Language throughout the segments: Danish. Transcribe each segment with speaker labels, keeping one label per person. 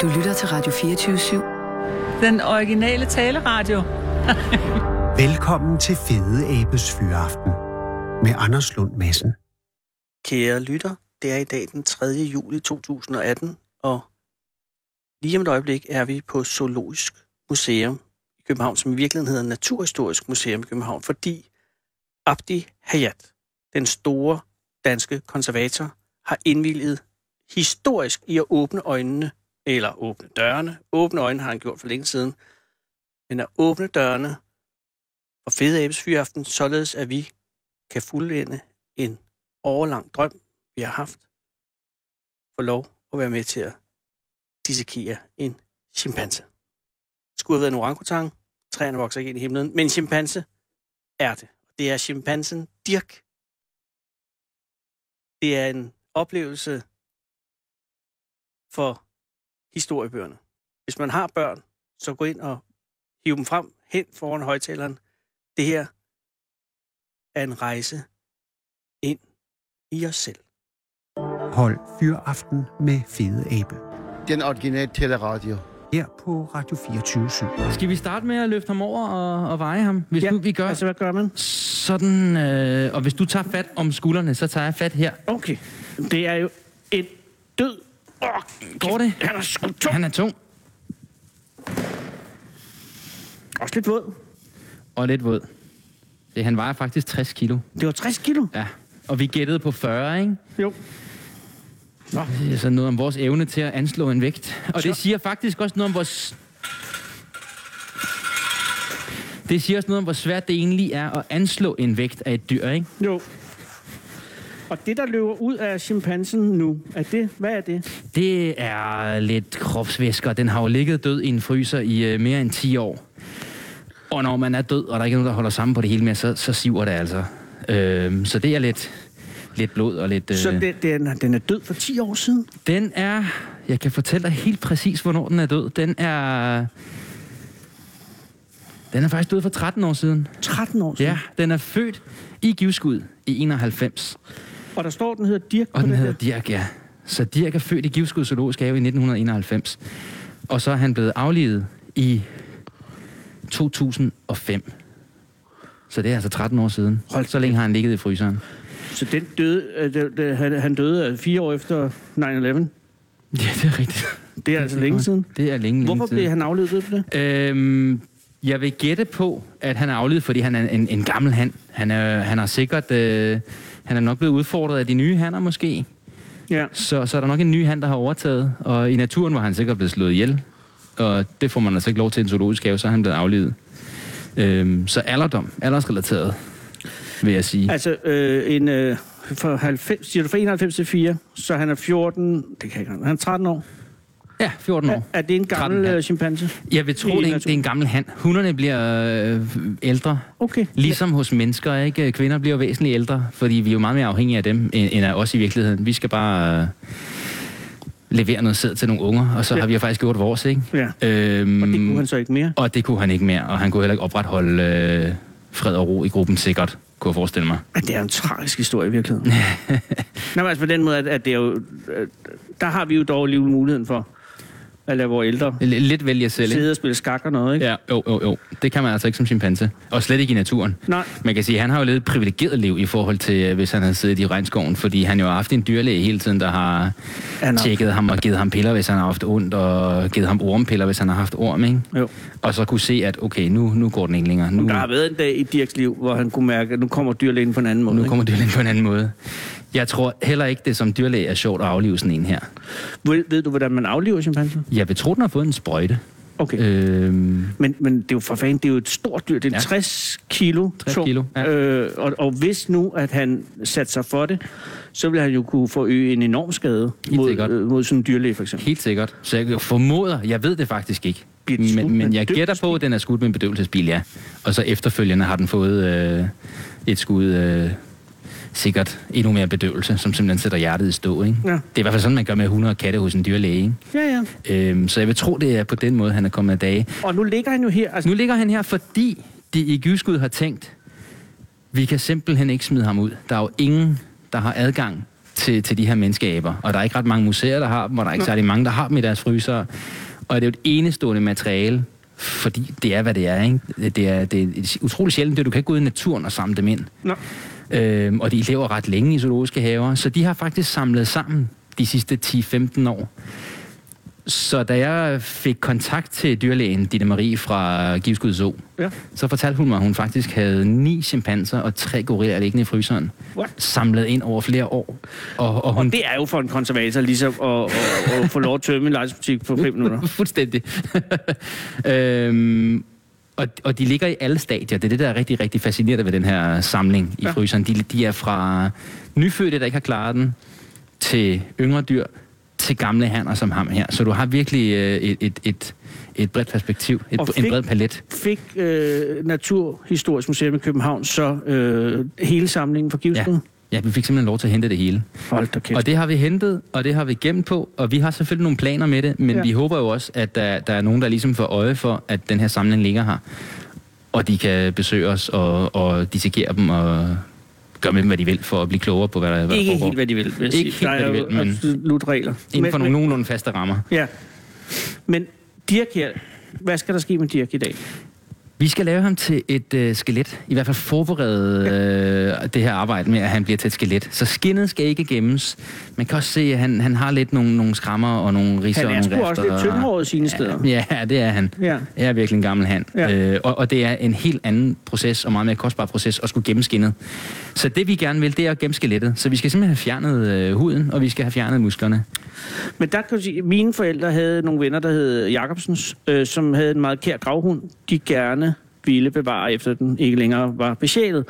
Speaker 1: Du lytter til Radio 24
Speaker 2: Den originale taleradio.
Speaker 3: Velkommen til Fede Abes Fyraften med Anders Lund Madsen.
Speaker 4: Kære lytter, det er i dag den 3. juli 2018, og lige om et øjeblik er vi på Zoologisk Museum i København, som i virkeligheden hedder Naturhistorisk Museum i København, fordi Abdi Hayat, den store danske konservator, har indvilget historisk i at åbne øjnene, eller åbne dørene. Åbne øjnene har han gjort for længe siden, men at åbne dørene for Fede Abes Fyraften, således at vi kan fuldende en årlang drøm, vi har haft, får lov at være med til at dissekere en chimpanse. Det skulle have været en orangutang, træerne vokser ikke ind i himlen, men en chimpanse er det. Det er chimpansen Dirk. Det er en oplevelse for historiebøgerne. Hvis man har børn, så gå ind og hiv dem frem hen foran højtaleren. Det her er en rejse ind i os selv.
Speaker 3: Hold Fyraften med Fede Abe
Speaker 5: Den originale teleradio.
Speaker 3: her på Radio 24
Speaker 6: Skal vi starte med at løfte ham over og, og veje ham? Hvis ja, nu vi gør
Speaker 4: Altså,
Speaker 6: altså,
Speaker 4: hvad gør man?
Speaker 6: sådan, øh, og hvis du tager fat om skuldrene, så tager jeg fat her.
Speaker 4: Okay, det er jo en død. Åh,
Speaker 6: Går det?
Speaker 4: Han er sgu tung.
Speaker 6: Han er tung
Speaker 4: Også lidt våd.
Speaker 6: og lidt våd. Det, han vejer faktisk 60 kilo.
Speaker 4: Det var 60 kilo.
Speaker 6: Ja, og vi gættede på 40, ikke?
Speaker 4: Jo.
Speaker 6: Det er sådan noget om vores evne til at anslå en vægt. Og det siger faktisk også noget om vores... Det siger også noget om, hvor svært det egentlig er at anslå en vægt af et dyr, ikke?
Speaker 4: Jo. Og det, der løber ud af chimpansen nu, er det, hvad er det?
Speaker 6: Det er lidt kropsvæsker. Den har jo ligget død i en fryser i øh, mere end 10 år. Og når man er død, og der er ikke nogen, der holder sammen på det hele mere, så, så siver det altså. Øh, så det er lidt, lidt blod og lidt... Øh,
Speaker 4: Så det, den, er- den er død for 10 år siden?
Speaker 6: Den er... Jeg kan fortælle dig helt præcis, hvornår den er død. Den er... Den er faktisk død for 13 år siden.
Speaker 4: 13 år siden?
Speaker 6: Ja, den er født i Givskud i 91.
Speaker 4: Og der står, den hedder Dirk
Speaker 6: Og
Speaker 4: på
Speaker 6: den
Speaker 4: den
Speaker 6: hedder
Speaker 4: her.
Speaker 6: Dirk, ja. Så Dirk er født i Givskud Zoologisk Have i 1991. Og så er han blevet aflivet i 2005. Så det er altså 13 år siden. Hold så længe har han ligget i fryseren.
Speaker 4: Så den døde, øh, det, det, han, han døde øh, fire år efter 9-11.
Speaker 6: Ja, det er rigtigt.
Speaker 4: Det er altså længe siden.
Speaker 6: Det er længe, længe
Speaker 4: Hvorfor
Speaker 6: siden.
Speaker 4: blev han afledt ved det?
Speaker 6: Øhm, jeg vil gætte på, at han er afledt, fordi han er en, en gammel han. Han er, han har sikkert... Øh, han er nok blevet udfordret af de nye hanner måske.
Speaker 4: Ja.
Speaker 6: Så, så er der nok en ny han, der har overtaget. Og i naturen var han sikkert blevet slået ihjel. Og det får man altså ikke lov til i en zoologisk have, så er han blevet aflevet. Øhm, så alderdom, aldersrelateret, vil jeg sige.
Speaker 4: Altså, øh, en, øh, fra, 90, siger du, fra 91 til 4, så han er 14, det kan jeg ikke, han er 13 år.
Speaker 6: Ja, 14
Speaker 4: Er,
Speaker 6: år.
Speaker 4: er det en
Speaker 6: 13
Speaker 4: gammel
Speaker 6: her.
Speaker 4: øh, chimpanse?
Speaker 6: Jeg vil tro,
Speaker 4: i
Speaker 6: det er en, det er
Speaker 4: naturen.
Speaker 6: en gammel han. Hunderne bliver øh, ældre.
Speaker 4: Okay.
Speaker 6: Ligesom hos mennesker, ikke? Kvinder bliver jo væsentligt ældre, fordi vi er jo meget mere afhængige af dem, end end af os i virkeligheden. Vi skal bare øh, levere noget sæd til nogle unger, og så
Speaker 4: Ja.
Speaker 6: har vi jo faktisk gjort vores, ikke?
Speaker 4: Ja.
Speaker 6: Øhm,
Speaker 4: Og det kunne han så ikke mere.
Speaker 6: og det kunne han ikke mere, og han kunne heller ikke opretholde øh, fred og ro i gruppen sikkert, kunne jeg forestille mig.
Speaker 4: At det er jo en tragisk historie i virkeligheden. Nå, men altså på den måde, at, at det er jo, at der har vi jo dog alligevel muligheden for at lade vores ældre
Speaker 6: L- lidt vælge selv, ikke?
Speaker 4: sidde og spille skak og noget, ikke?
Speaker 6: Ja, jo, jo, jo. Det kan man altså ikke som chimpanse. Og slet ikke i naturen.
Speaker 4: Nej.
Speaker 6: Man kan sige, at han har jo levet et privilegeret liv i forhold til, øh, hvis han havde siddet i regnskoven, fordi han jo har haft en dyrlæge hele tiden, der har
Speaker 4: Han har-
Speaker 6: tjekket ham og givet ham piller, hvis han har haft ondt, og givet ham ormpiller, hvis han har haft orm, ikke?
Speaker 4: Jo.
Speaker 6: Og så kunne se, at okay, nu, nu går den ikke længere. Nu,
Speaker 4: Der har været en dag i Dirks liv, hvor han kunne mærke, at nu kommer dyrlægen på en anden måde.
Speaker 6: nu
Speaker 4: ikke?
Speaker 6: kommer dyrlægen på en anden måde. Jeg tror heller ikke, det som dyrlæge er sjovt at aflive sådan en her.
Speaker 4: Ved, ved du, hvordan man aflever chimpanser?
Speaker 6: Jeg vil tro, den har fået en sprøjte.
Speaker 4: Okay. Øh.
Speaker 6: Øhm,
Speaker 4: Men, men det er jo for fanden, det er jo et stort dyr. Det er
Speaker 6: Ja.
Speaker 4: ja. 60 kilo
Speaker 6: 60
Speaker 4: tung.
Speaker 6: kilo, ja.
Speaker 4: Øh, og, og hvis nu, at han satte sig for det, så ville han jo kunne forøge en enorm skade
Speaker 6: Helt
Speaker 4: mod,
Speaker 6: sikkert.
Speaker 4: øh, mod sådan en dyrlæge, for eksempel.
Speaker 6: helt sikkert. Så jeg formoder, jeg ved det faktisk ikke.
Speaker 4: Bliver den skudt
Speaker 6: Men,
Speaker 4: med en
Speaker 6: men jeg gætter på, at den er skudt med en bedøvelsesbil, ja. Og så efterfølgende har den fået øh, et skud, øh, sikkert endnu mere bedøvelse, som simpelthen sætter hjertet i stå. Ikke?
Speaker 4: Ja.
Speaker 6: Det er i hvert fald sådan, man gør med 100 katte hos en dyrlæge.
Speaker 4: Ja, ja.
Speaker 6: Ikke? Øhm, så jeg vil tro, det er på den måde, han er kommet af dage.
Speaker 4: Og nu ligger han jo her. Altså,
Speaker 6: Nu ligger han her, fordi de i Gyskud har tænkt, vi kan simpelthen ikke smide ham ud. Der er jo ingen, der har adgang til, til de her menneskeaber. Og der er ikke ret mange museer, der har dem, og der er ikke særlig mange, der har dem i deres fryser. Og det er jo et enestående materiale, fordi det er, hvad det er. Ikke? Det er, det er utrolig sjældent, det du kan ikke gå ud i naturen og samle dem ind.
Speaker 4: Nå.
Speaker 6: Øhm, og de lever ret længe i zoologiske haver, så de har faktisk samlet sammen de sidste 10-15 år. Så da jeg fik kontakt til dyrlægen Ditte Marie fra Givskud Zoo,
Speaker 4: Ja.
Speaker 6: så fortalte hun mig, at hun faktisk havde ni chimpanser og tre gorillaer liggende i fryseren,
Speaker 4: What?
Speaker 6: samlet ind over flere år. Og, og hun
Speaker 4: Det er jo for en konservator ligesom at, at, at få lov at tømme en lejlighedsbutik på fem minutter.
Speaker 6: Fuldstændig. øhm, og, og de ligger i alle stadier. Det er det, der er rigtig, rigtig fascinerende ved den her samling i
Speaker 4: Ja.
Speaker 6: ja. fryseren. De, de er fra nyfødte, der ikke har klaret den, til yngre dyr, til gamle hanner som ham her. Så du har virkelig øh, et, et, et, et bredt perspektiv, et,
Speaker 4: Og
Speaker 6: en
Speaker 4: fik-
Speaker 6: bred palet.
Speaker 4: Fik øh, Naturhistorisk Museum i København så øh, hele samlingen for
Speaker 6: Ja.
Speaker 4: Givskud?
Speaker 6: ja, vi fik simpelthen lov til at hente det hele.
Speaker 4: Hold da kæft.
Speaker 6: Og det har vi hentet, og det har vi gemt på, og vi har selvfølgelig nogle planer med det, men
Speaker 4: Ja.
Speaker 6: ja. vi håber jo også, at der, der er nogen, der ligesom får øje for, at den her samling ligger her, og de kan besøge os og, og dissekere dem og gøre med dem, hvad de vil, for at blive klogere på, hvad der, hvad
Speaker 4: Ikke
Speaker 6: der foregår.
Speaker 4: helt, hvad de vil. vil jeg
Speaker 6: Ikke
Speaker 4: sige.
Speaker 6: helt,
Speaker 4: Der er
Speaker 6: hvad de
Speaker 4: jo
Speaker 6: vil, men-
Speaker 4: absolut regler.
Speaker 6: Inden for
Speaker 4: Men-
Speaker 6: nogle nogenlunde faste rammer.
Speaker 4: men- Ja. Men Dirk her, hvad skal der ske med Dirk i dag?
Speaker 6: Vi skal lave ham til et øh, skelet. I hvert fald forberede øh, det her arbejde med, at han bliver til et skelet. Så skinnet skal ikke gemmes. Man kan også se, at han, han har lidt nogle, nogle skrammer og nogle ridser
Speaker 4: Han
Speaker 6: og
Speaker 4: er
Speaker 6: nogle
Speaker 4: sgu også lidt
Speaker 6: og-
Speaker 4: tyndhåret sine steder.
Speaker 6: Ja, ja, det er han.
Speaker 4: Ja.
Speaker 6: Jeg er virkelig en gammel hand.
Speaker 4: Ja.
Speaker 6: Øh, og, og det er en helt anden proces, og meget mere kostbar proces, at skulle gemme skinnet. Så det vi gerne vil, det er at gemme skelettet. Så vi skal simpelthen have fjernet øh, huden, og vi skal have fjernet musklerne.
Speaker 4: Men der kan du sige, mine forældre havde nogle venner, der hed Jacobsens, øh, som havde en meget kær gravhund, de gerne ville bevare, efter den ikke længere var besjælet.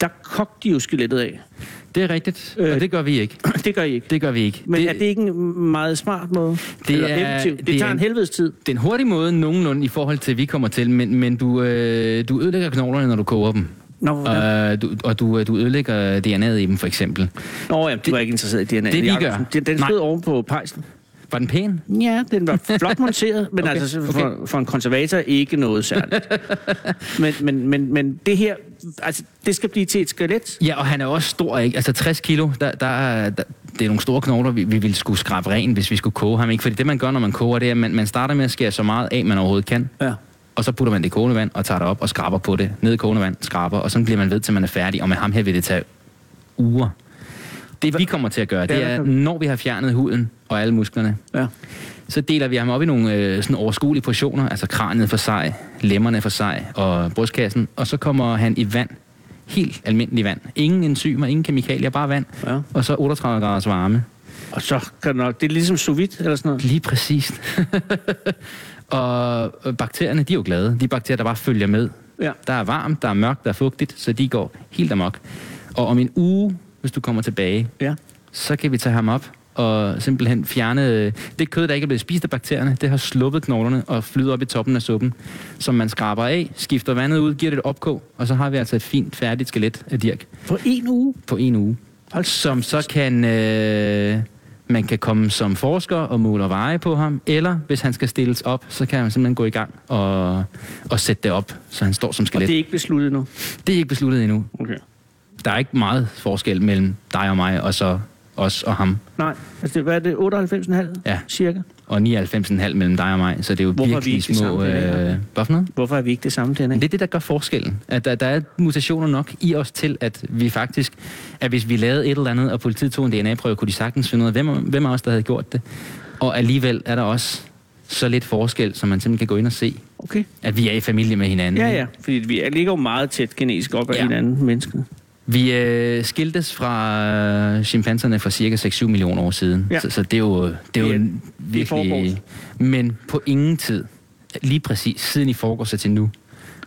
Speaker 4: Der kogte de jo skelettet af.
Speaker 6: Det er rigtigt,
Speaker 4: Øh.
Speaker 6: og det gør vi ikke.
Speaker 4: det gør I ikke.
Speaker 6: Det gør vi ikke.
Speaker 4: Men det, er det ikke en meget smart måde?
Speaker 6: Det
Speaker 4: Eller
Speaker 6: er-
Speaker 4: effektivt? Det,
Speaker 6: det er
Speaker 4: tager en
Speaker 6: en-
Speaker 4: helvedes tid.
Speaker 6: den hurtige måde nogenlunde i forhold til, at vi kommer til, men, men du, øh, du ødelægger knoglerne, når du koger dem.
Speaker 4: Nå, hvordan?
Speaker 6: Øh, du, og du, øh, du ødelægger DNA'et i dem, for eksempel.
Speaker 4: Nå ja, du er ikke interesseret i DNA.
Speaker 6: det, vi gør.
Speaker 4: Jacobsen. Den, den
Speaker 6: Nej.
Speaker 4: stod oven på pejsen.
Speaker 6: Var den pæn?
Speaker 4: Ja, den var flot monteret, men okay,
Speaker 6: Okay,
Speaker 4: altså for, okay. for en konservator ikke noget særligt. men, men, men, men det her, altså det skal blive til et skelet.
Speaker 6: Ja, og han er også stor, ikke? Altså 60 kilo, der, der, er- der, det er nogle store knogler, vi, vi ville skulle skrabe ren, hvis vi skulle koge ham, ikke? Fordi det, man gør, når man koger, det er, at man, man starter med at skære så meget af, man overhovedet kan.
Speaker 4: Ja.
Speaker 6: Og så putter man det i kogende vand og tager det op og skraber på det. Ned i kogende vand, skraber, og så bliver man ved, til man er færdig. Og med ham her vil det tage uger. Det, vi kommer til at gøre, det
Speaker 4: Ja,
Speaker 6: er,
Speaker 4: hvad kan-
Speaker 6: når vi har fjernet huden og alle musklerne,
Speaker 4: ja.
Speaker 6: så deler vi ham op i nogle øh, sådan overskuelige portioner, altså kraniet for sig, lemmerne for sig og brystkassen, og så kommer han i vand. Helt almindelig vand. Ingen enzymer, ingen kemikalier, bare vand.
Speaker 4: Ja.
Speaker 6: Og så 38 graders varme.
Speaker 4: Og så kan nok, det er ligesom sous vide eller sådan noget.
Speaker 6: Lige præcist. og øh, bakterierne, de er jo glade. De bakterier, der bare følger med.
Speaker 4: Ja.
Speaker 6: Der er varmt, der er mørkt, der er fugtigt, så de går helt amok. Og om en uge, hvis du kommer tilbage,
Speaker 4: Ja.
Speaker 6: så kan vi tage ham op og simpelthen fjerne øh, det kød, der ikke er blevet spist af bakterierne. Det har sluppet knoglerne og flyder op i toppen af suppen, som man skraber af, skifter vandet ud, giver det et opkog, og så har vi altså et fint, færdigt skelet af dirk
Speaker 4: På en uge.
Speaker 6: på en uge, som så kan... Øh, man kan komme som forsker og måle og veje på ham, eller hvis han skal stilles op, så kan man simpelthen gå i gang og, og sætte det op, så han står som
Speaker 4: Og
Speaker 6: skelet.
Speaker 4: det er
Speaker 6: Det...
Speaker 4: ikke besluttet nu.
Speaker 6: det er ikke besluttet endnu.
Speaker 4: Okay.
Speaker 6: Der er ikke meget forskel mellem dig og mig, og så os og ham.
Speaker 4: Nej, altså det, hvad er det, 98,5
Speaker 6: Ja.
Speaker 4: cirka?
Speaker 6: og 99,5 mellem dig og mig, så det er jo
Speaker 4: Hvorfor er vi
Speaker 6: virkelig
Speaker 4: ikke
Speaker 6: små...
Speaker 4: sammen? Det er det,
Speaker 6: øh, hvad for noget?
Speaker 4: Hvorfor er vi ikke det samme DNA?
Speaker 6: Men det er det, der gør forskellen. At der, der er mutationer nok i os til, at vi faktisk... At hvis vi lavede et eller andet, og politiet tog en DNA-prøve, kunne de sagtens finde ud af, hvem, hvem af os, der havde gjort det. Og alligevel er der også så lidt forskel, som man simpelthen kan gå ind og se,
Speaker 4: Okay.
Speaker 6: at vi er i familie med hinanden.
Speaker 4: Ja, ja, fordi vi ligger jo meget tæt genetisk op ad ja.
Speaker 6: Ja.
Speaker 4: hinanden, mennesket.
Speaker 6: Vi øh, skiltes fra øh, chimpanserne for cirka 6-7 millioner år siden,
Speaker 4: Ja.
Speaker 6: ja. så, så det er jo, det er jo
Speaker 4: Det er-
Speaker 6: en
Speaker 4: det er forgårs.
Speaker 6: virkelig... Men på ingen tid, lige præcis siden i forgårs og til nu,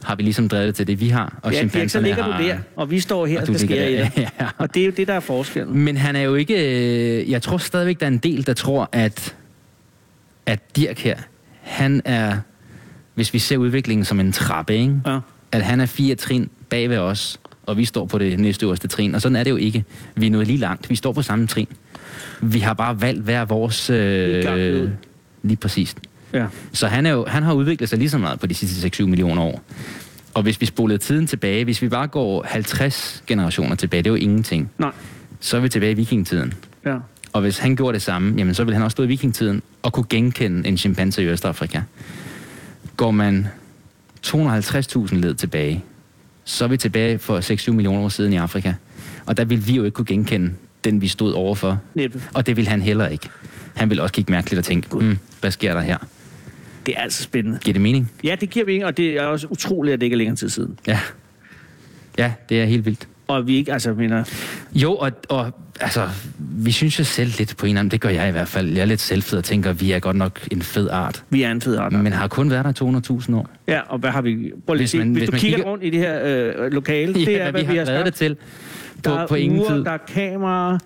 Speaker 6: har vi ligesom drevet det til det, vi har, og
Speaker 4: Og ja, Dirk, så
Speaker 6: chimpanserne
Speaker 4: ligger
Speaker 6: har...
Speaker 4: du der, og vi står her og,
Speaker 6: og
Speaker 4: skal
Speaker 6: du ligger
Speaker 4: skære i
Speaker 6: der.
Speaker 4: dig.
Speaker 6: Ja. Mm.
Speaker 4: Og det er jo det, der er forskellen.
Speaker 6: Men han er jo ikke... øh, Jeg tror stadigvæk, der er en del, der tror, at, at Dirk her, han er... Hvis vi ser udviklingen som en trappe, ikke?
Speaker 4: Ja.
Speaker 6: at han er fire trin bag ved os, og vi står på det næstøverste trin. Og sådan er det jo ikke. Vi er nået lige langt. Vi står på samme trin. Vi har bare valgt hver vores...
Speaker 4: er gang ud.
Speaker 6: Øh, lige præcis.
Speaker 4: Ja.
Speaker 6: Så han, er jo, han har udviklet sig lige så meget på de sidste 6-7 millioner år. Og hvis vi spolede tiden tilbage, hvis vi bare går 50 generationer tilbage, det er jo ingenting,
Speaker 4: Nej.
Speaker 6: så er vi tilbage i vikingetiden.
Speaker 4: Ja.
Speaker 6: Og hvis han gjorde det samme, jamen, så ville han også stå i vikingtiden og kunne genkende en chimpanse i Østafrika. Går man 250.000 led tilbage, så er vi tilbage for 6-7 millioner år siden i Afrika. Og der ville vi jo ikke kunne genkende den, vi stod overfor.
Speaker 4: Næppe.
Speaker 6: Og det ville han heller ikke. Han ville også kigge mærkeligt og tænke, mm, hvad sker der her?
Speaker 4: Det er altså spændende.
Speaker 6: Giver det mening?
Speaker 4: Ja, det giver mening, og det er også utroligt, at det ikke er længere tid siden.
Speaker 6: Ja. Ja, det er helt vildt.
Speaker 4: Og vi ikke, altså, mener,
Speaker 6: Jo, og, og altså, vi synes jo selv lidt på en eller anden, det gør jeg i hvert fald. Jeg er lidt selvfed og tænker, vi er godt nok en fed art,
Speaker 4: vi er en fed art.
Speaker 6: men har kun været der 200.000 år.
Speaker 4: Ja, og hvad har vi... Prøv lige at
Speaker 6: Hvis
Speaker 4: se,
Speaker 6: man-
Speaker 4: hvis,
Speaker 6: hvis
Speaker 4: du
Speaker 6: man
Speaker 4: kigger,
Speaker 6: kigger-
Speaker 4: rundt i det her øh, lokale, det er, hvad vi har
Speaker 6: drevet
Speaker 4: skabt.
Speaker 6: det til på,
Speaker 4: Der er
Speaker 6: på ingen
Speaker 4: ure,
Speaker 6: tid.
Speaker 4: der er kameraer,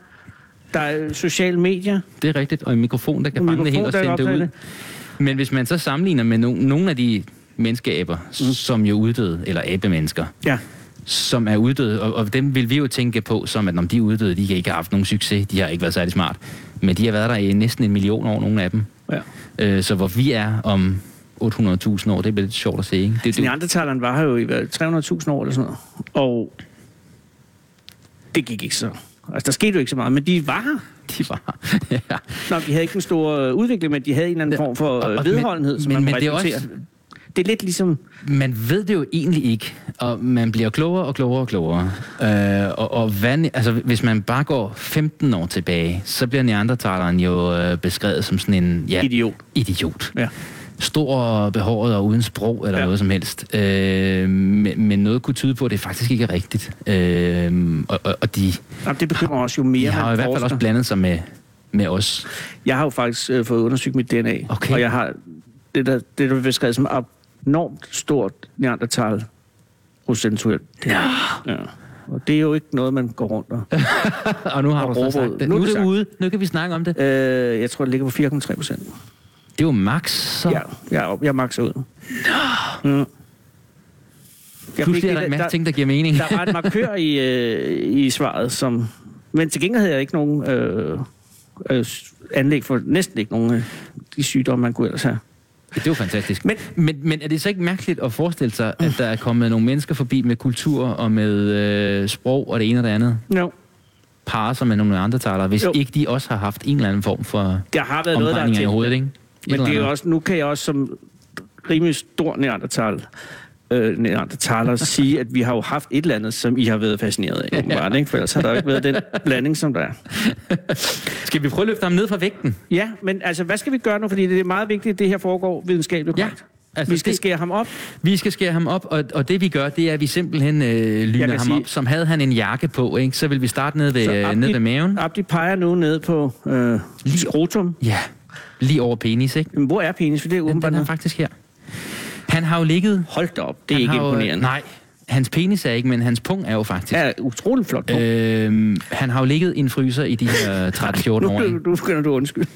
Speaker 4: der er sociale medier.
Speaker 6: Det er rigtigt, og en mikrofon, der kan
Speaker 4: En
Speaker 6: fange det helt og
Speaker 4: mikrofon, der
Speaker 6: sende
Speaker 4: kan
Speaker 6: det ud.
Speaker 4: optage
Speaker 6: Men hvis man så sammenligner med no- nogle af de menneskeaber, mm. som jo uddøde, eller abemennesker,
Speaker 4: Ja,
Speaker 6: som er uddøde, og, og dem vil vi jo tænke på, som at om de er uddøde, de kan ikke have haft nogen succes, de har ikke været særlig smart. Men de har været der i næsten en million år, nogle af dem.
Speaker 4: ja.
Speaker 6: Øh, så hvor vi er om 800.000 år, det bliver lidt sjovt at se, ikke? Det, det,
Speaker 4: Neandertaleren var her jo i hvad, 300.000 år eller sådan noget. Og det gik ikke så... Altså, der skete jo ikke så meget, men de var her.
Speaker 6: de var. ja.
Speaker 4: Nå, de havde ikke en stor øh, udvikling, men de havde en eller anden
Speaker 6: Ja,
Speaker 4: form for
Speaker 6: og-
Speaker 4: øh,
Speaker 6: og-
Speaker 4: vedholdenhed, som
Speaker 6: men-
Speaker 4: man
Speaker 6: men
Speaker 4: kunne
Speaker 6: det er
Speaker 4: rekruttere.
Speaker 6: også-
Speaker 4: Det er lidt ligesom...
Speaker 6: Man ved det jo egentlig ikke, og man bliver klogere og klogere og klogere. Øh, og, og hvad, altså, hvis man bare går 15 år tilbage, så bliver neandertaleren jo øh, beskrevet som sådan en... Ja,
Speaker 4: Idiot.
Speaker 6: Idiot.
Speaker 4: Ja.
Speaker 6: Stor og behåret og uden sprog eller
Speaker 4: Ja.
Speaker 6: ja. noget som helst. Øh, men, men noget kunne tyde på, at det faktisk ikke er rigtigt. Øh, og, og, og de,
Speaker 4: Jamen, det bekymrer os jo mere.
Speaker 6: de har
Speaker 4: man
Speaker 6: jo i hvert fald også
Speaker 4: forsker.
Speaker 6: blandet sig med, med os.
Speaker 4: Jeg har jo faktisk øh, fået undersøgt mit DNA,
Speaker 6: Okay.
Speaker 4: og jeg har det, der, det, der bliver beskrevet som abnormt stort neandertal procentuelt. Ja. ja. Og det er jo ikke noget, man går rundt og...
Speaker 6: og nu har
Speaker 4: Og
Speaker 6: du så
Speaker 4: råbrød.
Speaker 6: sagt det.
Speaker 4: Nu er
Speaker 6: Nu er
Speaker 4: det
Speaker 6: det
Speaker 4: sagt.
Speaker 6: ude. Nu kan vi snakke om det.
Speaker 4: Øh, jeg tror, det ligger på 4,3 procent.
Speaker 6: Det er jo max, så...
Speaker 4: Ja, jeg, jeg makser ud. Nå! Mm. Jeg fik
Speaker 6: Pludselig er der en
Speaker 4: lidt-
Speaker 6: masse ting, der giver mening.
Speaker 4: Der var en markør i, øh, i svaret, som... Men til gengæld havde jeg ikke nogen øh, øh, anlæg for næsten ikke nogen af de sygdomme, man kunne ellers have.
Speaker 6: Det er jo fantastisk.
Speaker 4: Men-
Speaker 6: Men, men, men er det så ikke mærkeligt at forestille sig, at der er kommet nogle mennesker forbi med kultur og med øh, sprog og det ene og det andet?
Speaker 4: No.
Speaker 6: Parer sig med nogle andre talere, hvis
Speaker 4: Jo.
Speaker 6: jo. ikke de også har haft en eller anden form for
Speaker 4: Der har været noget, der er
Speaker 6: omdrejninger i
Speaker 4: tænkt.
Speaker 6: hovedet, ikke? Et
Speaker 4: Men
Speaker 6: eller
Speaker 4: det er jo
Speaker 6: andet.
Speaker 4: også, nu kan jeg også som rimelig stor neandertal, øh, neandertaler sige, at vi har jo haft et eller andet, som I har været fascineret af, åbenbart, ikke? for ellers har der jo ikke været den blanding, som der er.
Speaker 6: Skal vi prøve at løfte ham ned fra vægten?
Speaker 4: Ja, men altså, hvad skal vi gøre nu? Fordi det er meget vigtigt, at det her foregår videnskabeligt
Speaker 6: Ja,
Speaker 4: korrekt.
Speaker 6: altså,
Speaker 4: vi skal
Speaker 6: det-
Speaker 4: skære ham op.
Speaker 6: Vi skal skære ham op, og, og det vi gør, det er, at vi simpelthen øh, lyner
Speaker 4: kan
Speaker 6: ham
Speaker 4: sige-
Speaker 6: op. Som havde han en jakke på, ikke? så vil vi starte ned ved, øh, ned ved maven.
Speaker 4: Abdi peger nu ned på øh, skrotum.
Speaker 6: Ja, lige over penis, ikke?
Speaker 4: Jamen, hvor er penis? For det er
Speaker 6: Den,
Speaker 4: åbenbart
Speaker 6: den er
Speaker 4: noget.
Speaker 6: faktisk her. Han har jo ligget...
Speaker 4: Hold da op, det er
Speaker 6: han
Speaker 4: ikke
Speaker 6: har jo- øh,
Speaker 4: imponerende.
Speaker 6: Nej, hans penis er ikke, men hans pung er jo faktisk.
Speaker 4: Det er utrolig flot. Øh,
Speaker 6: Øhm, han har jo ligget i en fryser i de her 13-14
Speaker 4: nu,
Speaker 6: år.
Speaker 4: nu,
Speaker 6: ikke?
Speaker 4: nu begynder du at undskylde.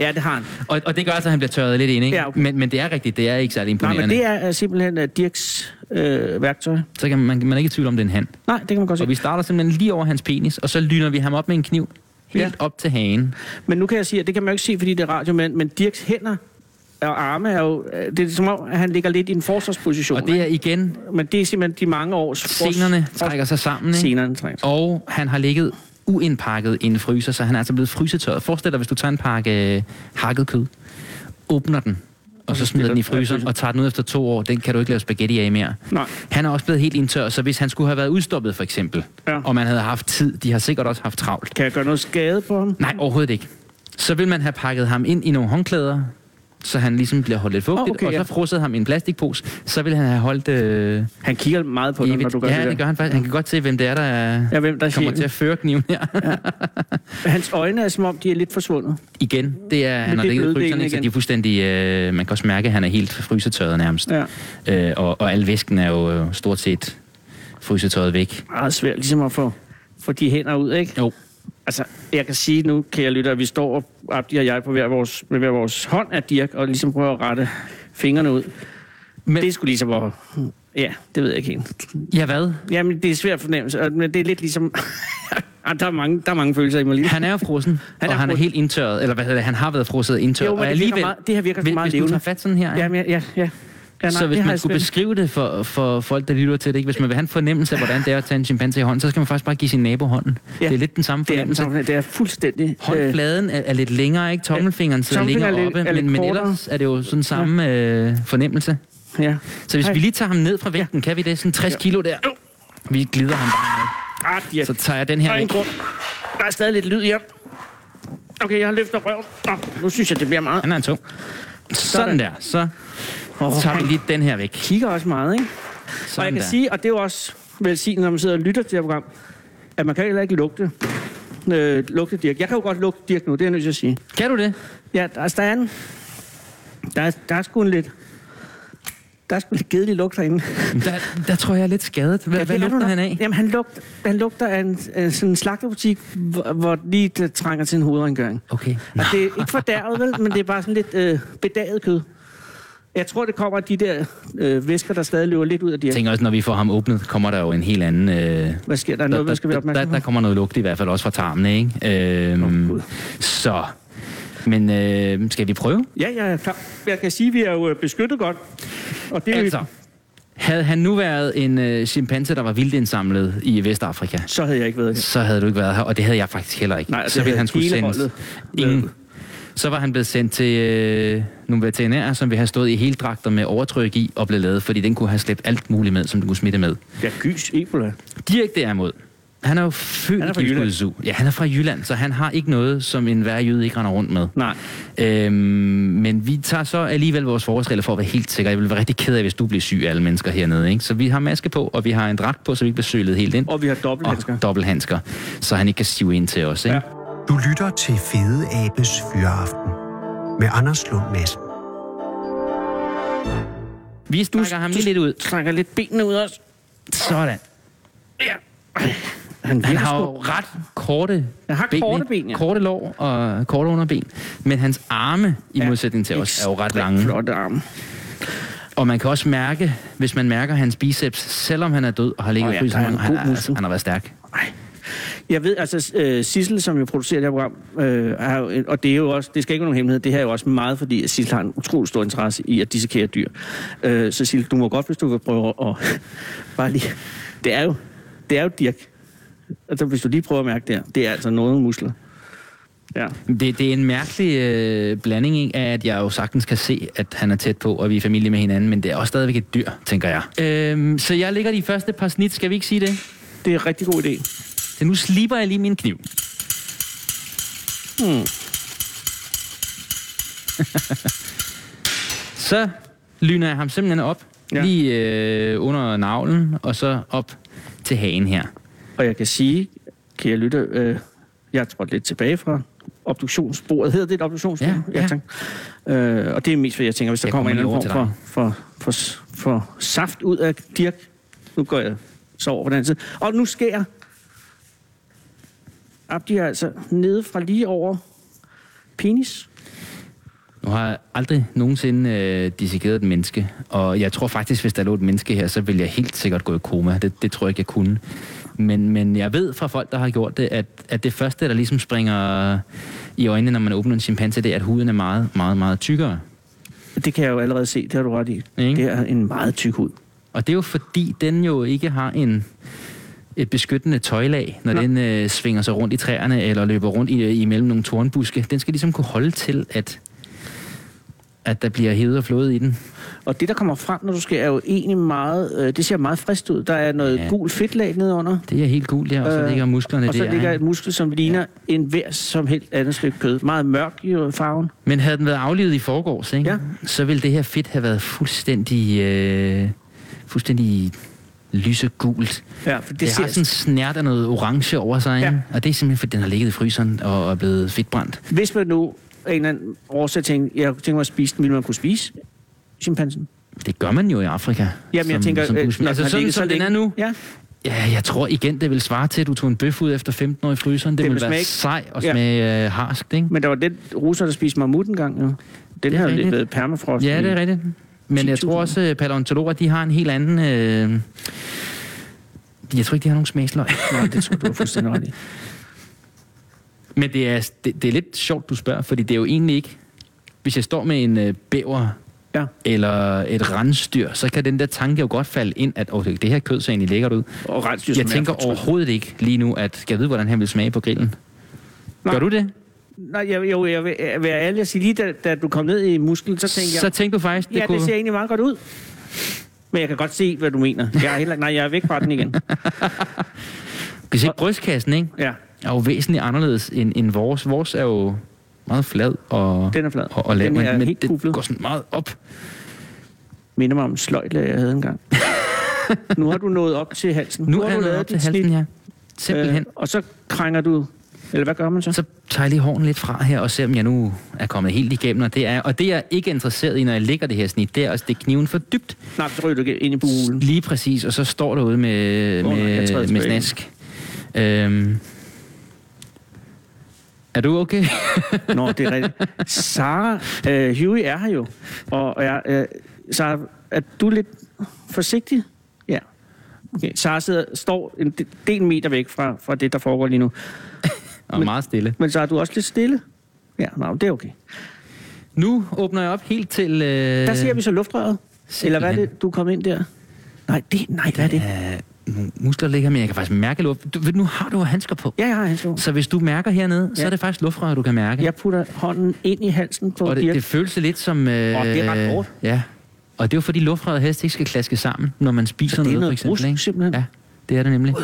Speaker 4: ja, det har han.
Speaker 6: Og, og det gør altså, at han bliver tørret lidt ind, ikke?
Speaker 4: Ja, okay.
Speaker 6: men, men det er rigtigt, det er ikke særlig
Speaker 4: Nej,
Speaker 6: imponerende.
Speaker 4: men det er, er simpelthen uh, Dirks øh, værktøj.
Speaker 6: Så kan man, man er ikke i tvivl om, det er en hand.
Speaker 4: Nej, det kan man godt
Speaker 6: Og
Speaker 4: se.
Speaker 6: vi starter simpelthen lige over hans penis, og så lyner vi ham op med en kniv helt op til hagen.
Speaker 4: Men nu kan jeg sige, at det kan man jo ikke se, fordi det er radio, men, men Dirks hænder og arme er jo... øh, Det er som om, at han ligger lidt i en forsvarsposition.
Speaker 6: Og det er igen,
Speaker 4: ikke? Men det er simpelthen de mange års... fors-
Speaker 6: senerne trækker sig sammen, ikke?
Speaker 4: Senerne trækker sig.
Speaker 6: og han har ligget uindpakket i en fryser, så han er altså blevet frysetørret. Forestil dig, hvis du tager en pakke øh, hakket kød, åbner den, og så smider den i fryseren og tager den ud efter to år. Den kan du ikke lave spaghetti af mere.
Speaker 4: Nej.
Speaker 6: Han er også blevet helt indtør, så hvis han skulle have været udstoppet for eksempel,
Speaker 4: Ja.
Speaker 6: ja. og man havde haft tid, de har sikkert også haft travlt.
Speaker 4: Kan jeg gøre noget skade på ham?
Speaker 6: Nej, overhovedet ikke. Så vil man have pakket ham ind i nogle håndklæder, så han ligesom bliver holdt lidt fugtigt,
Speaker 4: Åh, Ah, okay,
Speaker 6: og
Speaker 4: ja.
Speaker 6: så frosset ham i en plastikpose, så vil han have holdt øh,
Speaker 4: Han kigger meget på dig, når
Speaker 6: evigt.
Speaker 4: du gør
Speaker 6: ja,
Speaker 4: det,
Speaker 6: det,
Speaker 4: der.
Speaker 6: gør han faktisk. Han kan godt se, hvem det er, der, er,
Speaker 4: Ja, hvem der er
Speaker 6: kommer
Speaker 4: chefen.
Speaker 6: til at føre kniven her.
Speaker 4: Hans øjne er som om, de er lidt forsvundet.
Speaker 6: igen, det er, han har
Speaker 4: det er
Speaker 6: ligget i
Speaker 4: bløddelen
Speaker 6: fryseren, ikke? så
Speaker 4: igen.
Speaker 6: de er fuldstændig, øh, man kan også mærke, at han er helt frysetørret nærmest.
Speaker 4: Ja.
Speaker 6: Øh, og, og al væsken er jo øh, stort set frysetørret væk.
Speaker 4: Meget svært ligesom at få, få de hænder ud, ikke?
Speaker 6: Jo,
Speaker 4: Altså, jeg kan sige nu, kære lytter, at vi står, og Abdi og jeg, på hver vores, med hver vores hånd af Dirk, og ligesom prøver at rette fingrene ud. Men...
Speaker 6: Men-
Speaker 4: Det skulle ligesom at... Ja, det ved jeg ikke helt.
Speaker 6: ja hvad?
Speaker 4: Jamen, det er svært fornemmelse, og- men det er lidt ligesom... Ah, der, er mange, der er mange følelser i mig lige.
Speaker 6: Han er jo frossen,
Speaker 4: Han
Speaker 6: han
Speaker 4: er
Speaker 6: er og han er
Speaker 4: frossen.
Speaker 6: helt indtørret, eller hvad hedder det, han har været frosset og indtørret.
Speaker 4: Jo, men
Speaker 6: og
Speaker 4: det virker meget- det her virker
Speaker 6: hvis,
Speaker 4: meget
Speaker 6: hvis
Speaker 4: levende.
Speaker 6: du tager fat sådan her,
Speaker 4: Jamen, ja, ja, ja. Ja, nej,
Speaker 6: så hvis
Speaker 4: det har
Speaker 6: man
Speaker 4: jeg
Speaker 6: skulle
Speaker 4: slet ikke.
Speaker 6: beskrive det for, for folk, der lytter til det, ikke? hvis man vil have en fornemmelse af, hvordan det er at tage en chimpanse i hånden, så skal man faktisk bare give sin nabo hånden.
Speaker 4: Ja.
Speaker 6: Ja. Det er lidt den samme
Speaker 4: Det altså- er, den
Speaker 6: fornemmelse.
Speaker 4: samme- det er fuldstændig... Øh,
Speaker 6: Håndfladen er, er lidt længere, ikke? Tommelfingeren sidder
Speaker 4: tommelfingeren
Speaker 6: længere
Speaker 4: er lidt-
Speaker 6: oppe,
Speaker 4: er lidt
Speaker 6: men, men
Speaker 4: kortere.
Speaker 6: ellers er det jo sådan samme øh, fornemmelse.
Speaker 4: ja.
Speaker 6: Så hvis
Speaker 4: Hej.
Speaker 6: vi lige tager ham ned fra vægten, kan vi det? Sådan 60 kilo der. Vi glider ham bare ned.
Speaker 4: Ah, ja.
Speaker 6: Så tager jeg den her
Speaker 4: Der er en
Speaker 6: væk.
Speaker 4: grund. Der er stadig lidt lyd, ja. Okay, jeg har løftet røven. Nå, nu synes jeg, det bliver meget.
Speaker 6: Han er en tung. Sådan der. Så tager vi lige den her væk.
Speaker 4: kigger også meget, ikke? og jeg
Speaker 6: Sådan
Speaker 4: kan
Speaker 6: der.
Speaker 4: sige, og det er jo også velsignet, når man sidder og lytter til det her program, at man kan heller ikke lugte, øh, lugte Dirk. Jeg kan jo godt lugte Dirk nu, det er jeg nødt til at sige.
Speaker 6: Kan du det?
Speaker 4: Ja, der, altså, der er en... Der, er- der er sgu en lidt... Der er sgu lidt kedelig lugt herinde.
Speaker 6: Der, der tror jeg, jeg er lidt skadet.
Speaker 4: Ja,
Speaker 6: Hvad, ja,
Speaker 4: det
Speaker 6: hvad
Speaker 4: er du
Speaker 6: lugter
Speaker 4: nok.
Speaker 6: han af?
Speaker 4: Jamen, han lugter, han lugter af en, af sådan en slagterbutik, hvor, hvor lige det trænger til en hovedrengøring.
Speaker 6: Okay.
Speaker 4: Og det er ikke fordærvet, vel, men det er bare sådan lidt øh, bedaget kød. Jeg tror, det kommer af de der øh, væsker, der stadig løber lidt ud af de
Speaker 6: Jeg
Speaker 4: her.
Speaker 6: tænker også, når vi får ham åbnet, kommer der jo en helt anden... Øh, der,
Speaker 4: Hvad sker der? Er Noget, man skal være
Speaker 6: der, der,
Speaker 4: opmærksom på?
Speaker 6: der kommer noget lugt i hvert fald også fra tarmene, ikke? Øhm, oh, så... Men øh, skal vi prøve?
Speaker 4: Ja, ja, ja, klar. Jeg kan sige, at vi er jo øh, beskyttet godt. Og det er
Speaker 6: Altså,
Speaker 4: altså.
Speaker 6: havde han nu været en øh, chimpanse, der var vildindsamlet i Vestafrika,
Speaker 4: Så havde jeg ikke været her.
Speaker 6: så havde du ikke været her, og det havde jeg faktisk heller ikke.
Speaker 4: Nej, og det
Speaker 6: så
Speaker 4: havde hele holdet været
Speaker 6: Ingen.
Speaker 4: ude.
Speaker 6: Så var han blevet sendt til øh, nogle veterinærer, som ville have stået i heldragter med overtryk i og blevet lavet, fordi den kunne have slæbt alt muligt med, som den kunne smitte med.
Speaker 4: Ja, gys, Ebola.
Speaker 6: Dirk derimod, han er jo født
Speaker 4: Han er fra
Speaker 6: i Guldskud
Speaker 4: Jylland.
Speaker 6: Zoo. Ja, han er fra Jylland, så han har ikke noget, som en hver jøde ikke render rundt med.
Speaker 4: Nej.
Speaker 6: Øhm, men vi tager så alligevel vores forholdsregler for at være helt sikre. Jeg vil være rigtig ked af, hvis du bliver syg af alle mennesker hernede. Ikke? Så vi har maske på, og vi har en dragt på, så vi ikke bliver sølet helt ind.
Speaker 4: Og vi har dobbelthandsker.
Speaker 6: Og dobbelthandsker, så han ikke kan sive ind til os. Ikke?
Speaker 4: Ja.
Speaker 6: Ja.
Speaker 3: Du lytter til Fede Abes Fyraften med Anders Lund Madsen.
Speaker 6: Vi snakker ham lige lidt ud.
Speaker 4: Trækker lidt benene ud også.
Speaker 6: Sådan.
Speaker 4: Han,
Speaker 6: Han
Speaker 4: virker
Speaker 6: har
Speaker 4: sgu-
Speaker 6: jo ret korte
Speaker 4: Han har
Speaker 6: ben,
Speaker 4: korte
Speaker 6: ikke?
Speaker 4: ben, ja.
Speaker 6: korte lår og korte underben. Men hans arme, i
Speaker 4: Ja,
Speaker 6: modsætning til os, er jo ret
Speaker 4: ekstremt
Speaker 6: lange.
Speaker 4: Flotte arme.
Speaker 6: Og man kan også mærke, hvis man mærker hans biceps, selvom han er død og har ligget
Speaker 4: Åh
Speaker 6: oh,
Speaker 4: ja,
Speaker 6: ja, i fryseren,
Speaker 4: der er en
Speaker 6: han, han,
Speaker 4: god muskel.
Speaker 6: han har været stærk.
Speaker 4: Ej. Jeg ved, altså, øh, Sissel, som jo producerer det her program, øh, har jo, og det er jo også, det skal ikke være nogen hemmelighed, det her er jo også meget, fordi at Sissel har en utrolig stor interesse i at dissekere dyr. Øh, så Sissel, du må godt, hvis du vil prøve at bare lige... Det er jo, det er jo Dirk. Altså, hvis du lige prøver at mærke det her, det er altså noget musler. Ja.
Speaker 6: Det, det er en mærkelig øh, blanding ikke, af, at jeg jo sagtens kan se, at han er tæt på, og vi er familie med hinanden, men det er også stadigvæk et dyr, tænker jeg. Øhm, så jeg ligger de første par snit, skal vi ikke sige det?
Speaker 4: Det er en rigtig god idé.
Speaker 6: Så nu slipper jeg lige min kniv.
Speaker 4: Hmm.
Speaker 6: så lyner jeg ham simpelthen op,
Speaker 4: Ja.
Speaker 6: ja. lige øh, under navlen, og så op til hagen her.
Speaker 4: Og jeg kan sige, kan jeg lytte, øh, jeg er trådt lidt tilbage fra obduktionsbordet. Hedder det et obduktionsbord?
Speaker 6: Ja, ja.
Speaker 4: tak. Øh, og det er mest, fordi jeg tænker, hvis der
Speaker 6: Jeg
Speaker 4: kommer,
Speaker 6: kommer
Speaker 4: en
Speaker 6: lige
Speaker 4: eller anden form for, for, for, for saft ud af Dirk. Nu går jeg så over på den anden side. Og nu sker jeg. Abdi er altså nede fra lige over penis.
Speaker 6: Nu har jeg aldrig nogensinde øh, dissekeret et menneske, og jeg tror faktisk, hvis der lå et menneske her, så ville jeg helt sikkert gå i koma. Det, det tror jeg ikke, jeg kunne. Men, men jeg ved fra folk, der har gjort det, at, at det første, der ligesom springer i øjnene, når man åbner en chimpanse, det er, at huden er meget, meget, meget tykkere.
Speaker 4: Det kan jeg jo allerede se, det har du ret i.
Speaker 6: Ikke?
Speaker 4: Det er en meget tyk hud.
Speaker 6: Og det er jo fordi, den jo ikke har en et beskyttende tøjlag, når
Speaker 4: Nå.
Speaker 6: Nå. den øh, svinger sig rundt i træerne eller løber rundt i, øh, imellem nogle tornbuske. Den skal ligesom kunne holde til, at, at der bliver hævet og flået i den.
Speaker 4: Og det, der kommer frem, når du skal, er jo egentlig meget... Øh, det ser meget frist ud. Der er noget ja.
Speaker 6: Ja.
Speaker 4: gul fedtlag nedenunder.
Speaker 6: Det er helt gult der, og så
Speaker 4: Øh,
Speaker 6: ligger musklerne
Speaker 4: Og så
Speaker 6: der.
Speaker 4: ligger et
Speaker 6: ikke?
Speaker 4: muskel, som ligner ja. en hver som helt andet stykke kød. Meget mørk i øh, farven.
Speaker 6: Men havde den været aflivet i forgårs, ikke?
Speaker 4: Ja.
Speaker 6: så ville det her fedt have været fuldstændig, øh, fuldstændig lysegult.
Speaker 4: Ja, for det,
Speaker 6: Det, det har sådan en snært af noget orange over sig, ikke?
Speaker 4: Ja.
Speaker 6: og det er simpelthen, fordi den har ligget i fryseren og er blevet fedtbrændt.
Speaker 4: Hvis man nu af en eller anden årsag tænker, jeg kunne tænke mig at spise den, ville man kunne spise chimpansen?
Speaker 6: Det gør man jo i Afrika.
Speaker 4: Jamen, jeg tænker,
Speaker 6: Som
Speaker 4: øh,
Speaker 6: bushman.
Speaker 4: når den
Speaker 6: altså
Speaker 4: har
Speaker 6: sådan,
Speaker 4: ligget så
Speaker 6: som den
Speaker 4: længe-
Speaker 6: er nu.
Speaker 4: Ja.
Speaker 6: Ja, jeg tror igen, det vil svare til, at du tog en bøf ud efter 15 år i fryseren.
Speaker 4: Det
Speaker 6: Det, det
Speaker 4: vil
Speaker 6: vil være
Speaker 4: smage-
Speaker 6: sej og
Speaker 4: Ja.
Speaker 6: smage øh, harskt, ikke?
Speaker 4: Men der var den russer, der spiste mammut engang, jo. Den
Speaker 6: er
Speaker 4: har jo
Speaker 6: rigtigt.
Speaker 4: været permafrost.
Speaker 6: Ja, det er rigtigt. Men jeg
Speaker 4: 10.000
Speaker 6: tror også, at paleontologer, de har en helt anden... Øh... Jeg tror ikke, de har nogen smagsløg.
Speaker 4: Nej, det tror du er fuldstændig ret i.
Speaker 6: Men det er, det, det er lidt sjovt, du spørger, fordi det er jo egentlig ikke... Hvis jeg står med en øh, bæver
Speaker 4: Ja.
Speaker 6: eller et rensdyr, så kan den der tanke jo godt falde ind, at okay, det her kød ser egentlig lækkert ud.
Speaker 4: Og rensdyr,
Speaker 6: Jeg
Speaker 4: som er
Speaker 6: tænker
Speaker 4: fortrykt.
Speaker 6: overhovedet ikke lige nu, at skal jeg vide, hvordan han vil smage på grillen.
Speaker 4: Nej.
Speaker 6: Gør du det?
Speaker 4: Nej, jeg, jo, jeg vil jeg vil være ærlig og sige, lige da, da du kom ned i musklen, så tænkte jeg...
Speaker 6: Så tænkte du faktisk, det
Speaker 4: Ja,
Speaker 6: kunne...
Speaker 4: det ser egentlig meget godt ud. Men jeg kan godt se, hvad du mener. Jeg er heller, nej, jeg er væk fra den igen.
Speaker 6: Kan se brystkassen, ikke?
Speaker 4: Ja,
Speaker 6: Er jo væsentligt anderledes end, end vores. Vores er jo meget flad og,
Speaker 4: den er flad.
Speaker 6: og, og lav,
Speaker 4: den er
Speaker 6: men, men
Speaker 4: helt
Speaker 6: det
Speaker 4: kublet.
Speaker 6: går sådan meget op.
Speaker 4: Minder mig om en sløjtlæge, jeg havde engang. nu har du nået op til halsen.
Speaker 6: Nu
Speaker 4: har
Speaker 6: er
Speaker 4: du
Speaker 6: du
Speaker 4: lavet
Speaker 6: op til
Speaker 4: dit
Speaker 6: halsen, ja. Simpelthen.
Speaker 4: Øh, og så krænger du... Eller hvad gør man så?
Speaker 6: Så tager jeg lige hården lidt fra her og ser, om jeg nu er kommet helt igennem. Og det er, og det er jeg ikke interesseret i, når jeg ligger det her snit, det er at stikke kniven for dybt.
Speaker 4: Nej, så ryger du igen ind i bulen.
Speaker 6: Lige præcis, og så står derude med,
Speaker 4: Åh,
Speaker 6: oh,
Speaker 4: nej, jeg
Speaker 6: med,
Speaker 4: træder
Speaker 6: med
Speaker 4: tilbage.
Speaker 6: snask. Øhm. Er du okay?
Speaker 4: Nå, det er rigtigt. Sara, øh, Huey er her jo. Og jeg, øh, Sara, er du lidt forsigtig? Ja. Okay. Sara sidder, står en de- del meter væk fra, fra det, der foregår lige nu.
Speaker 6: Og meget stille.
Speaker 4: Men så er du også lidt stille? Ja, nej, men det er okay.
Speaker 6: Nu åbner jeg op helt til... Øh,
Speaker 4: Der ser vi så luftrøret. Eller hvad er det, du kom ind der? Nej, det, nej, hvad er det?
Speaker 6: Øh, nogle muskler ligger, men jeg kan faktisk mærke luft. Du, ved, nu har du jo handsker på.
Speaker 4: Ja, jeg har hans ord.
Speaker 6: Så hvis du mærker hernede, ja. så
Speaker 4: Ja.
Speaker 6: er det faktisk luftrør, du kan mærke.
Speaker 4: Jeg putter hånden ind i halsen på
Speaker 6: Og det,
Speaker 4: Dirk.
Speaker 6: det føles lidt som... Øh,
Speaker 4: Åh, det er ret hårdt.
Speaker 6: Ja. Og det er jo fordi luftrøret helst ikke skal klaske sammen, når man spiser
Speaker 4: Så det er
Speaker 6: noget,
Speaker 4: noget
Speaker 6: for eksempel.
Speaker 4: brusk,
Speaker 6: ikke?
Speaker 4: simpelthen?
Speaker 6: Ja, det er det nemlig.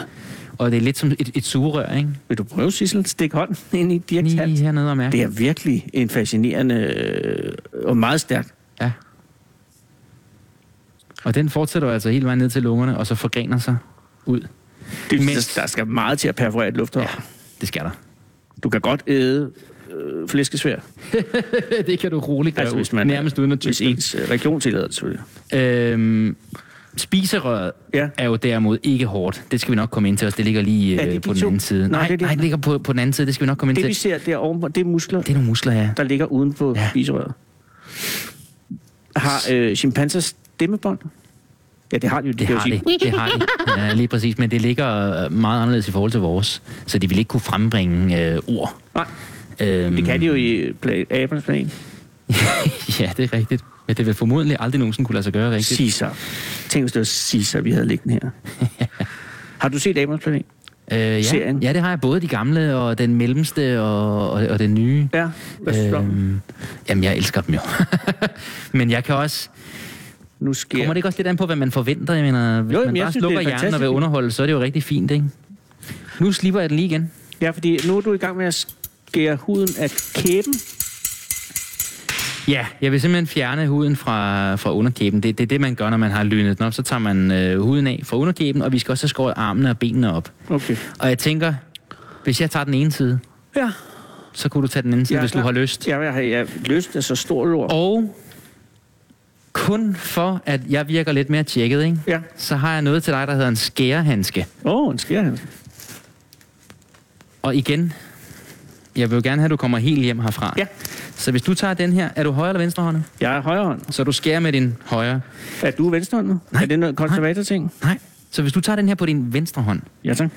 Speaker 6: Og det er lidt som et, et sugerør, ikke?
Speaker 4: Vil du prøve, Sissel? Stik hånden ind i Dirks
Speaker 6: Lige
Speaker 4: hals.
Speaker 6: hernede og mærke.
Speaker 4: Det er virkelig en fascinerende øh, og meget stærk.
Speaker 6: Ja. Og den fortsætter jo altså hele vejen ned til lungerne, og så forgrener sig ud.
Speaker 4: Det,
Speaker 6: Men-
Speaker 4: der, der skal meget til at perforere et luftrør.
Speaker 6: Ja,
Speaker 4: Ja.
Speaker 6: det skal der.
Speaker 4: Du kan godt æde øh, flæskesvær.
Speaker 6: det kan du roligt gøre,
Speaker 4: Altså, hvis man,
Speaker 6: nærmest uden at
Speaker 4: Hvis
Speaker 6: tykke.
Speaker 4: ens øh, region tillader det, selvfølgelig.
Speaker 6: Øhm, spiserøret
Speaker 4: Ja.
Speaker 6: er jo derimod ikke hårdt. Det skal vi nok komme ind til os. Det ligger lige
Speaker 4: Er
Speaker 6: øh,
Speaker 4: det de
Speaker 6: på den
Speaker 4: to?
Speaker 6: anden side.
Speaker 4: Nå,
Speaker 6: Nej,
Speaker 4: det
Speaker 6: det,
Speaker 4: er det.
Speaker 6: det. nej, det ligger på, på den anden side. Det skal vi nok komme ind
Speaker 4: Det, vi
Speaker 6: til.
Speaker 4: ser der ovenpå, det er muskler,
Speaker 6: Det er nogle muskler, ja.
Speaker 4: der ligger uden på ja.
Speaker 6: Ja.
Speaker 4: spiserøret. Har øh, chimpanser stemmebånd? Ja, det har de jo.
Speaker 6: Det
Speaker 4: kan jo
Speaker 6: har
Speaker 4: sige,
Speaker 6: det. Det har det. Ja, lige præcis. Men det ligger øh, meget anderledes i forhold til vores. Så de vil ikke kunne frembringe øh, ord.
Speaker 4: Nej,
Speaker 6: Øhm,
Speaker 4: det kan de jo i plan, abernes plan.
Speaker 6: ja, det er rigtigt. Men det vil formodentlig aldrig nogensinde kunne lade sig gøre rigtigt.
Speaker 4: Caesar. Tænk, hvis det var Caesar, vi havde liggende her. har du set abernes plan?
Speaker 6: Øh, ja.
Speaker 4: serien.
Speaker 6: ja, det har jeg. Både de gamle og den mellemste og, og, og den nye. Øhm,
Speaker 4: Ja. Hvad
Speaker 6: Øh,
Speaker 4: synes du om den?
Speaker 6: jamen, jeg elsker dem jo. Men jeg kan også...
Speaker 4: Nu sker...
Speaker 6: Kommer det ikke også lidt an på, hvad man forventer? Jeg mener, hvis
Speaker 4: Jo,
Speaker 6: jo,
Speaker 4: jamen,
Speaker 6: man
Speaker 4: jeg
Speaker 6: bare
Speaker 4: synes, det er
Speaker 6: slukker hjernen og
Speaker 4: fantastisk.
Speaker 6: vil underholde, så er det jo rigtig fint, ikke? Nu slipper jeg den lige igen.
Speaker 4: Ja, fordi nu er du i gang med at skære huden af kæben.
Speaker 6: Ja, jeg vil simpelthen fjerne huden fra, fra underkæben. Det, det er det, man gør, når man har lynet den op. Så tager man øh, huden af fra underkæben, og vi skal også have skåret armene og benene op.
Speaker 4: Okay.
Speaker 6: Og jeg tænker, hvis jeg tager den ene side,
Speaker 4: Ja.
Speaker 6: så kunne du tage den anden side,
Speaker 4: Ja,
Speaker 6: hvis
Speaker 4: klar.
Speaker 6: du har lyst.
Speaker 4: Jeg, jeg, har- jeg har lyst er så stort et ord.
Speaker 6: Og kun for, at jeg virker lidt mere tjekket, ikke?
Speaker 4: Ja.
Speaker 6: så har jeg noget til dig, der hedder en skærehandske.
Speaker 4: Åh, oh, en skærhandske.
Speaker 6: Og igen, jeg vil jo gerne have, at du kommer helt hjem herfra.
Speaker 4: Ja.
Speaker 6: Så hvis du tager den her, er du højre eller venstre hånd?
Speaker 4: Jeg er højre hånd.
Speaker 6: Så du skærer med din højre.
Speaker 4: Er du venstrehåndet?
Speaker 6: Nej.
Speaker 4: Er det noget konservator-ting?
Speaker 6: Nej. Så hvis du tager den her på din venstre hånd,
Speaker 4: Ja, tak.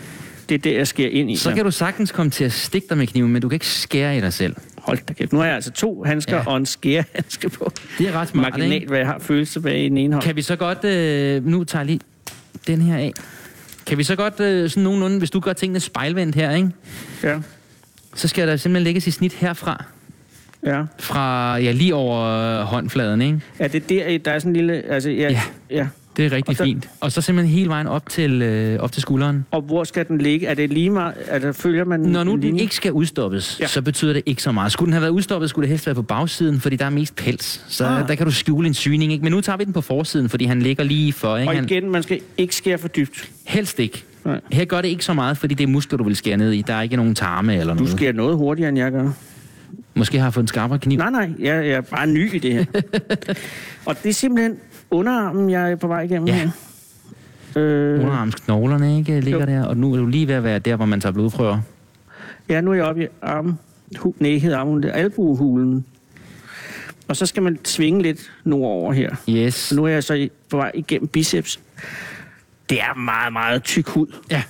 Speaker 4: Det er det, jeg skærer ind i.
Speaker 6: så kan du sagtens komme til at stikke dig med kniven, men du kan ikke skære i dig selv.
Speaker 4: Hold da kæft. Nu har jeg altså to handsker ja.
Speaker 6: Ja.
Speaker 4: og en skærehandske på.
Speaker 6: Det er ret smart,
Speaker 4: Marginalt,
Speaker 6: ikke?
Speaker 4: hvad jeg har følelse tilbage i den ene hånd.
Speaker 6: Kan vi så godt... Øh, nu tager jeg lige den her af. Kan vi så godt øh, sådan nogenlunde, hvis du gør tingene spejlvendt her, ikke?
Speaker 4: Ja.
Speaker 6: så skal der simpelthen lægges i snit herfra.
Speaker 4: ja.
Speaker 6: Fra, ja, lige over øh, håndfladen, ikke?
Speaker 4: Er det der, i- der er sådan en lille... Altså, ja, ja.
Speaker 6: Ja.
Speaker 4: ja.
Speaker 6: Det er rigtig
Speaker 4: Og
Speaker 6: og
Speaker 4: så-
Speaker 6: så... fint. Og så simpelthen hele vejen op til, øh, op til skulderen.
Speaker 4: Og hvor skal den ligge? Er det lige meget... Altså, følger man...
Speaker 6: Når nu
Speaker 4: en
Speaker 6: den
Speaker 4: linje?
Speaker 6: ikke skal udstoppes,
Speaker 4: Ja.
Speaker 6: ja. så betyder det ikke så meget. Skulle den have været udstoppet, skulle det helst være på bagsiden, fordi der er mest pels. Så
Speaker 4: Ah.
Speaker 6: ah. der kan du skjule en syning. Ikke? Men nu tager vi den på forsiden, fordi han ligger lige for. Ikke?
Speaker 4: Og
Speaker 6: Han,
Speaker 4: igen, man skal ikke skære for dybt.
Speaker 6: helst ikke.
Speaker 4: Nej.
Speaker 6: Her gør det ikke så meget, fordi det er muskler, du vil skære ned i. Der er ikke nogen tarme eller
Speaker 4: Du
Speaker 6: noget.
Speaker 4: skærer noget hurtigere, end jeg gør.
Speaker 6: Måske har jeg fået en skarpere kniv.
Speaker 4: Nej, nej, jeg, jeg er bare ny i det her. og det er simpelthen underarmen, jeg er på vej igennem
Speaker 6: Ja.
Speaker 4: her. Øh,
Speaker 6: Underarmsknoglerne ikke, ligger
Speaker 4: Jo.
Speaker 6: jo. der, og nu er du lige ved at være der, hvor man tager blodprøver.
Speaker 4: ja, nu er jeg oppe i armen. Hu, nej, hedder armen, det er albuehulen. Og så skal man svinge lidt nordover her.
Speaker 6: Yes.
Speaker 4: Nu er jeg så i- på vej igennem biceps. Det er meget, meget tyk hud.
Speaker 6: Ja.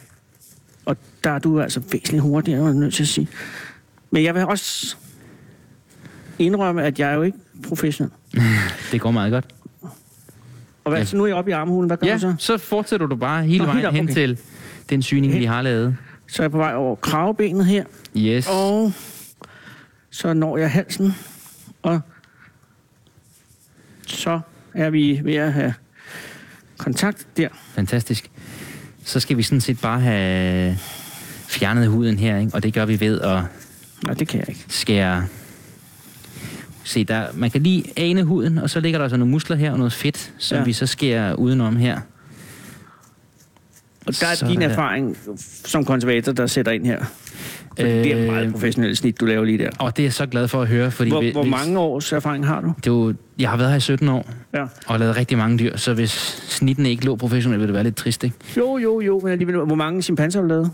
Speaker 4: Og der er du altså væsentligt hurtigere, er jeg nødt til at sige. Men jeg vil også... indrømme, at jeg er jo ikke professionel.
Speaker 6: Det går meget godt.
Speaker 4: Og hvad,
Speaker 6: Ja.
Speaker 4: så nu er jeg oppe i armhulen, hvad gør
Speaker 6: Ja,
Speaker 4: jeg så?
Speaker 6: så fortsætter du bare hele
Speaker 4: Nå, helt
Speaker 6: vejen
Speaker 4: op,
Speaker 6: hen
Speaker 4: okay.
Speaker 6: til den syning, vi har lavet.
Speaker 4: Så er jeg på vej over kravebenet her,
Speaker 6: Yes.
Speaker 4: og så når jeg halsen, og så er vi ved at have kontakt der.
Speaker 6: Fantastisk. Så skal vi sådan set bare have fjernet huden her, ikke? og det gør vi ved at
Speaker 4: Nej, det kan jeg ikke.
Speaker 6: skære... Se, der, man kan lige ane huden, og så ligger der altså nogle muskler her og noget fedt, som
Speaker 4: Ja.
Speaker 6: ja. vi så skærer udenom her.
Speaker 4: Og der er
Speaker 6: Sådan
Speaker 4: din
Speaker 6: der.
Speaker 4: erfaring som konservator, der sætter ind her. Øh, det er et meget professionelt snit, du laver lige der.
Speaker 6: Og det er jeg så glad for at høre, fordi...
Speaker 4: Hvor,
Speaker 6: vi-
Speaker 4: hvor
Speaker 6: vi-
Speaker 4: mange års erfaring har du?
Speaker 6: Det er jo, jeg har været her i 17 år
Speaker 4: Ja.
Speaker 6: og lavet rigtig mange dyr, så hvis snitten ikke lå professionelt, ville det være lidt trist, ikke?
Speaker 4: Jo, jo, jo, men alligevel, hvor mange chimpanser har du lavet?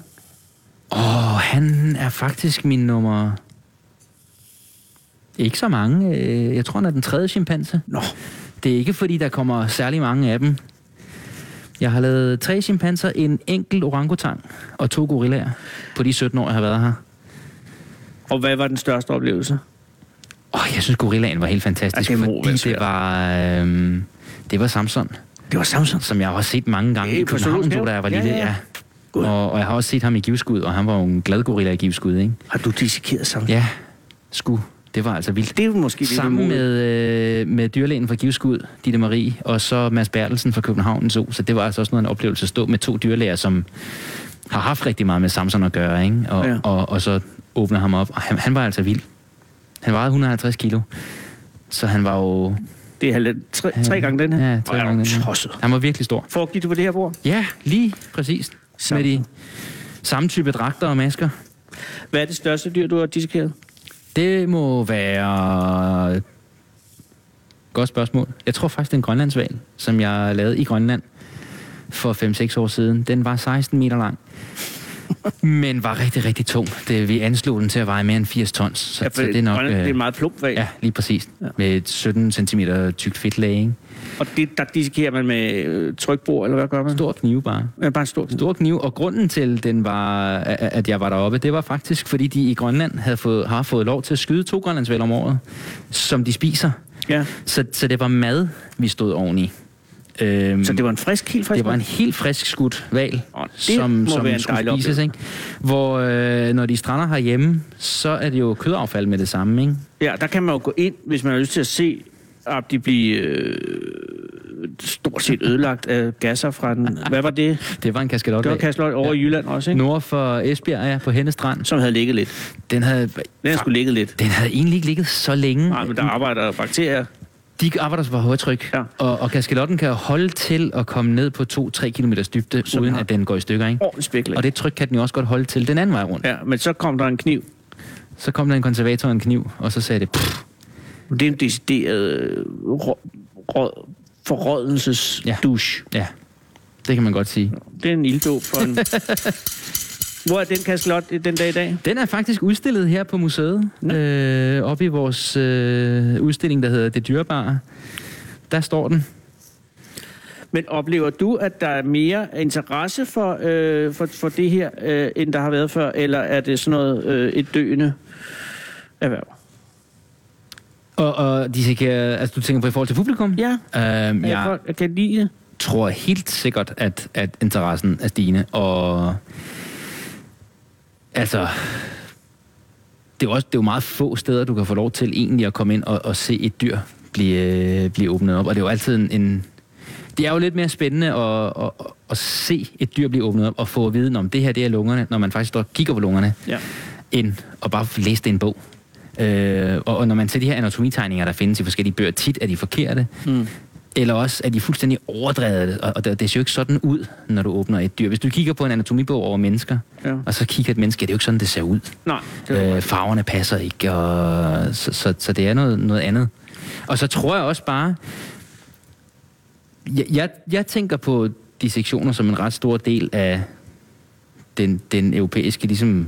Speaker 6: Åh, oh, han er faktisk min nummer... Ikke så mange. Øh, Jeg tror, han er den tredje chimpanse.
Speaker 4: Nå,
Speaker 6: Det er ikke, fordi der kommer særlig mange af dem. Jeg har lavet tre chimpanser, en enkelt orangutang og to gorillaer på de 17 år, jeg har været her.
Speaker 4: og hvad var den største oplevelse?
Speaker 6: Åh, oh, jeg synes, gorillaen var helt fantastisk,
Speaker 4: Ja, det må være
Speaker 6: fordi det
Speaker 4: svært.
Speaker 6: var, øh, det var Samson,
Speaker 4: Det var Samson.
Speaker 6: som jeg har set mange gange
Speaker 4: Øh,
Speaker 6: i
Speaker 4: på
Speaker 6: København,
Speaker 4: Zoologisk
Speaker 6: da
Speaker 4: Have?
Speaker 6: jeg var
Speaker 4: Ja,
Speaker 6: lille.
Speaker 4: ja, ja.
Speaker 6: Ja, Og, og jeg har også set ham i givskud, og han var jo en glad gorilla i givskud, ikke?
Speaker 4: Har du dissekeret Samson?
Speaker 6: Ja, sku. Det var altså vildt.
Speaker 4: Det er måske lidt
Speaker 6: Sammen
Speaker 4: umodigt.
Speaker 6: med, øh, med dyrlægen fra Givskud, Ditte Marie, og så Mads Bertelsen fra København Zoo. Så det var altså også noget af en oplevelse at stå med to dyrlæger, som har haft rigtig meget med Samson at gøre, ikke? Og,
Speaker 4: Ja.
Speaker 6: ja. og, og så åbner ham op. Og han, han var altså vild. Han vejede 150 kilo. Så han var jo... øh,
Speaker 4: Det er halv... tre, tre gange den her.
Speaker 6: Ja, tre
Speaker 4: Hvor er
Speaker 6: gange den
Speaker 4: du
Speaker 6: her.
Speaker 4: tosset.
Speaker 6: Han var virkelig stor.
Speaker 4: Foregik du på det her bord?
Speaker 6: Ja, lige præcis.
Speaker 4: Samson.
Speaker 6: Med de samme type dragter og masker.
Speaker 4: Hvad er det største dyr, du har dissekeret?
Speaker 6: Det må være... Godt spørgsmål. Jeg tror faktisk, den grønlandsval, som jeg lavede i Grønland for 5-6 år siden, den var 16 meter lang. Men var rigtig, rigtig tung. Det, vi anslog den til at veje mere end 80 tons. Så,
Speaker 4: Ja,
Speaker 6: så det er nok...
Speaker 4: Grønland, det er
Speaker 6: øh,
Speaker 4: meget plump valg.
Speaker 6: ja, lige præcis.
Speaker 4: Ja.
Speaker 6: Med et 17 cm tykt fedtlag, ikke?
Speaker 4: Og det, der dissekerer man med øh, trykbord, eller hvad gør man?
Speaker 6: Stor knive bare.
Speaker 4: Ja, bare en stor.
Speaker 6: Stor kniv, og grunden til, den var, at- at jeg var deroppe, det var faktisk, fordi de i Grønland havde fået, har fået lov til at skyde to grønlandsvaler om året, som de spiser.
Speaker 4: Ja.
Speaker 6: Så, så det var mad, vi stod oveni. Øhm,
Speaker 4: Så det var en frisk, helt frisk.
Speaker 6: det var en
Speaker 4: mand?
Speaker 6: helt frisk skudt val,
Speaker 4: Åh, det
Speaker 6: som,
Speaker 4: må
Speaker 6: som
Speaker 4: være en
Speaker 6: skulle
Speaker 4: dejlig
Speaker 6: spises. Ikke? Hvor øh, når de strander herhjemme, så er det jo kødaffald med det samme. Ikke?
Speaker 4: Ja, der kan man jo gå ind, hvis man har lyst til at se Abdi blive øh, stort set ødelagt af gasser fra den... Hvad var det?
Speaker 6: Det var en kaskelot.
Speaker 4: Det var Kasteløj over ja. i Jylland også, ikke?
Speaker 6: Nord for Esbjerg, ja, på Hennestrand.
Speaker 4: Som havde ligget lidt.
Speaker 6: Den havde,
Speaker 4: Den skulle ligget lidt.
Speaker 6: den havde egentlig ikke ligget så længe.
Speaker 4: Nej, men der arbejder bakterier.
Speaker 6: De arbejder sig på højtryk,
Speaker 4: Ja.
Speaker 6: ja. og, og kaskelotten kan jo holde til at komme ned på 2-3 km dybde,
Speaker 4: Som
Speaker 6: uden
Speaker 4: har-
Speaker 6: at den går i stykker. Ikke?
Speaker 4: Ordentligt spæklet.
Speaker 6: Og det tryk kan den jo også godt holde til den anden vej rundt. Ja.
Speaker 4: Ja, men så kom der en kniv.
Speaker 6: Så kom der en konservator og en kniv, og så sagde det... Pff,
Speaker 4: Det er en decideret øh, rå- rå-
Speaker 6: Ja.
Speaker 4: forrådelsesdouche.
Speaker 6: Ja, det kan man godt sige.
Speaker 4: Ja. Det er en ilddåb for en... Hvor er den kastelot den dag i dag?
Speaker 6: Den er faktisk udstillet her på museet, øh, oppe i vores øh, udstilling, der hedder Det Dyrebare. Der står den.
Speaker 4: Men oplever du, at der er mere interesse for, øh, for, for det her, øh, end der har været før? Eller er det sådan noget øh, et døende erhverv?
Speaker 6: Og, og de skal, altså, du tænker på i forhold til publikum?
Speaker 4: Ja.
Speaker 6: Øhm,
Speaker 4: Ja.
Speaker 6: jeg
Speaker 4: Jeg, jeg kan lide det.
Speaker 6: tror helt sikkert, at, at interessen er stigende, og altså, det er, jo også, det er jo meget få steder, du kan få lov til egentlig at komme ind og, og se et dyr blive, øh, blive åbnet op. Og det er jo altid en... en det er jo lidt mere spændende at, at, at, at se et dyr blive åbnet op og få viden om, det her det er lungerne, når man faktisk står og kigger på lungerne,
Speaker 4: Ja.
Speaker 6: end at bare læse det i en bog. Øh, og, og når man ser de her anatomitegninger, der findes i forskellige bøger, tit er de forkerte, mm. eller også er de fuldstændig overdrevet, og, og det, det ser jo ikke sådan ud, når du åbner et dyr. Hvis du kigger på en anatomibog over mennesker,
Speaker 4: Ja.
Speaker 6: ja. og så kigger et menneske, det er jo ikke sådan, det ser ud.
Speaker 4: Nej. Det var,
Speaker 6: Øh, farverne passer ikke, og så, så, så det er noget, noget andet. Og så tror jeg også bare... Jeg, jeg, jeg tænker på dissektioner som en ret stor del af den, den europæiske ligesom,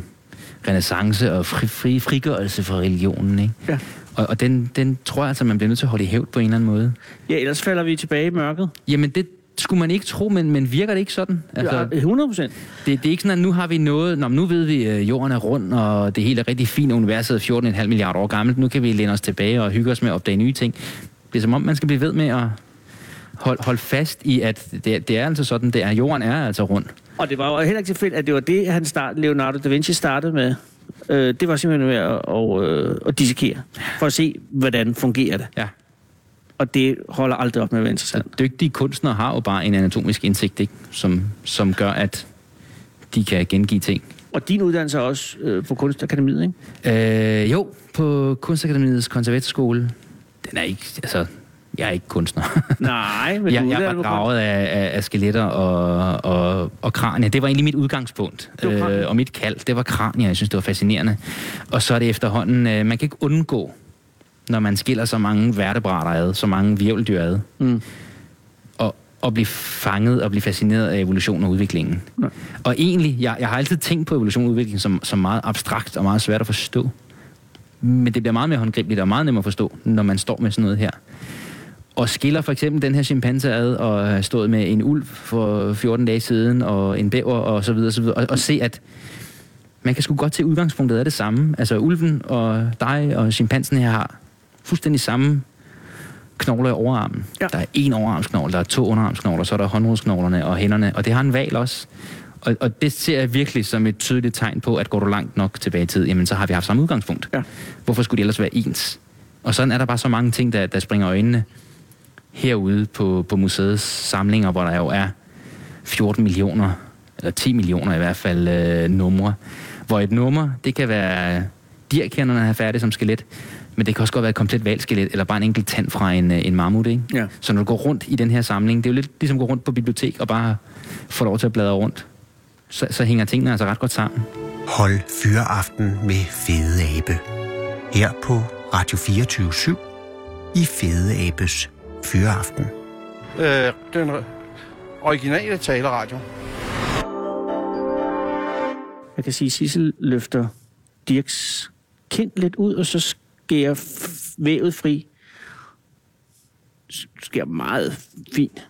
Speaker 6: renaissance og fri, fri, frigørelse fra religionen. Ikke?
Speaker 4: Ja.
Speaker 6: Og, og den, den tror jeg altså, man bliver nødt til at holde i hævd på en eller anden måde.
Speaker 4: ja, ellers falder vi tilbage i mørket.
Speaker 6: Jamen, det, skulle man ikke tro, men, men virker det ikke sådan? Altså,
Speaker 4: Ja, 100 procent.
Speaker 6: det, det er ikke sådan, at nu har vi noget... Nå, men nu ved vi, at jorden er rund, og det hele er rigtig fint, og universet er 14,5 milliarder år gammelt. Nu kan vi læne os tilbage og hygge os med at opdage nye ting. Det er som om, man skal blive ved med at holde, holde fast i, at det, det er altså sådan, det er. Jorden er altså rund.
Speaker 4: Og det var jo heller ikke tilfældigt, at det var det, han start, Leonardo da Vinci startede med. Øh, det var simpelthen med at, og, øh, at dissekere, for at se, hvordan fungerer det.
Speaker 6: Ja.
Speaker 4: Og det holder aldrig op med at være interessant.
Speaker 6: Dygtige kunstnere har jo bare en anatomisk indsigt, ikke? Som, som gør, at de kan gengive ting.
Speaker 4: Og din uddannelse er også øh, på Kunstakademiet, ikke?
Speaker 6: Øh, jo, på Kunstakademiets konservatorskole. Den er ikke, altså, jeg er ikke kunstner.
Speaker 4: Nej, men
Speaker 6: jeg,
Speaker 4: du
Speaker 6: jeg
Speaker 4: uddannet
Speaker 6: var
Speaker 4: på-
Speaker 6: gravet af, af, af skeletter og, og, og kranier. Det var egentlig mit udgangspunkt.
Speaker 4: Det var kranier.
Speaker 6: Øh, og mit kald, det var kranier. Jeg synes, det var fascinerende. Og så er det efterhånden, øh, man kan ikke undgå, når man skiller så mange vertebrater ad, så mange virveldyr ad,
Speaker 4: Mm.
Speaker 6: og, og blive fanget og blive fascineret af evolution og udviklingen.
Speaker 4: Nej.
Speaker 6: Og egentlig, jeg, jeg har altid tænkt på evolution og udvikling som, som meget abstrakt og meget svært at forstå. Men det bliver meget mere håndgribeligt og meget nemmere at forstå, når man står med sådan noget her. Og skiller for eksempel den her chimpanse ad og har stået med en ulv for 14 dage siden og en bæver og så videre, så videre og, og se, at man kan sgu godt se, at udgangspunktet er det samme. Altså ulven og dig og chimpansen her har fuldstændig samme knogler i overarmen.
Speaker 4: Ja.
Speaker 6: Ja. Der er en overarmsknogle, der er to underarmsknogler, så er der håndrodsknoglerne og hænderne, og det har en val også. Og, og det ser jeg virkelig som et tydeligt tegn på, at går du langt nok tilbage i tid, jamen så har vi haft samme udgangspunkt.
Speaker 4: Ja.
Speaker 6: Hvorfor skulle det ellers være ens? Og sådan er der bare så mange ting, der, der springer øjnene herude på, på museets samlinger, hvor der jo er 14 millioner, eller 10 millioner i hvert fald, øh, numre. Hvor et nummer, det kan være dirkernerne har færdig som skelet, men det kan også godt være et komplet valgskelet, eller bare en enkelt tand fra en, øh, en mammut, ikke?
Speaker 4: Ja.
Speaker 6: Så når du går rundt i den her samling, det er jo lidt ligesom at gå rundt på bibliotek og bare få lov til at bladre rundt. Så, så hænger tingene altså ret godt sammen.
Speaker 3: Hold fyreaften med Fede Abe. Her på Radio 24 i Fede Abes Fyreaften.
Speaker 5: Øh, den originale taleradio.
Speaker 4: Jeg kan sige, at Sissel løfter Dirks kind lidt ud, og så skærer f- vævet fri. S- Skærer meget fint.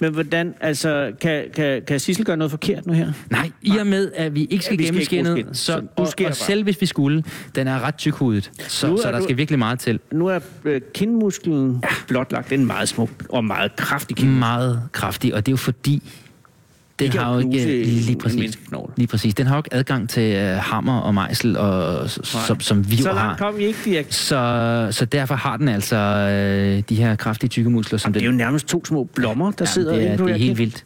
Speaker 4: Men hvordan, altså, kan, kan, kan Sissel gøre noget forkert nu her?
Speaker 6: Nej, i og med, at vi ikke
Speaker 4: Ja,
Speaker 6: skal
Speaker 4: vi skal
Speaker 6: ja,
Speaker 4: ikke
Speaker 6: gennem
Speaker 4: bruge skinnet.
Speaker 6: skinnet, så,
Speaker 4: Så
Speaker 6: så
Speaker 4: nu
Speaker 6: og,
Speaker 4: sker
Speaker 6: og
Speaker 4: det bare.
Speaker 6: selv hvis vi skulle, den er ret tykhudet,
Speaker 4: Nu
Speaker 6: så,
Speaker 4: er
Speaker 6: så der
Speaker 4: du-
Speaker 6: skal virkelig meget til.
Speaker 4: Nu er øh, kindmusklen ja. blotlagt. Den er meget smuk og meget kraftig kind.
Speaker 6: Mm. Meget kraftig, og det er jo fordi, den
Speaker 4: kan
Speaker 6: har
Speaker 4: jo
Speaker 6: jo ikke
Speaker 4: knuse
Speaker 6: lige
Speaker 4: en
Speaker 6: præcis,
Speaker 4: menneskenogle.
Speaker 6: lige præcis, den har jo ikke adgang til øh, hammer og mejsel, og, s- som, som vi
Speaker 4: Så
Speaker 6: jo
Speaker 4: langt
Speaker 6: har.
Speaker 4: kom I ikke, Dirk.
Speaker 6: Så, så derfor har den altså øh, de her kraftige tykke muskler, som
Speaker 4: Det er jo
Speaker 6: den...
Speaker 4: nærmest to små blommer, der
Speaker 6: Jamen,
Speaker 4: sidder
Speaker 6: det er,
Speaker 4: inde på
Speaker 6: det er
Speaker 4: det her
Speaker 6: helt
Speaker 4: kind.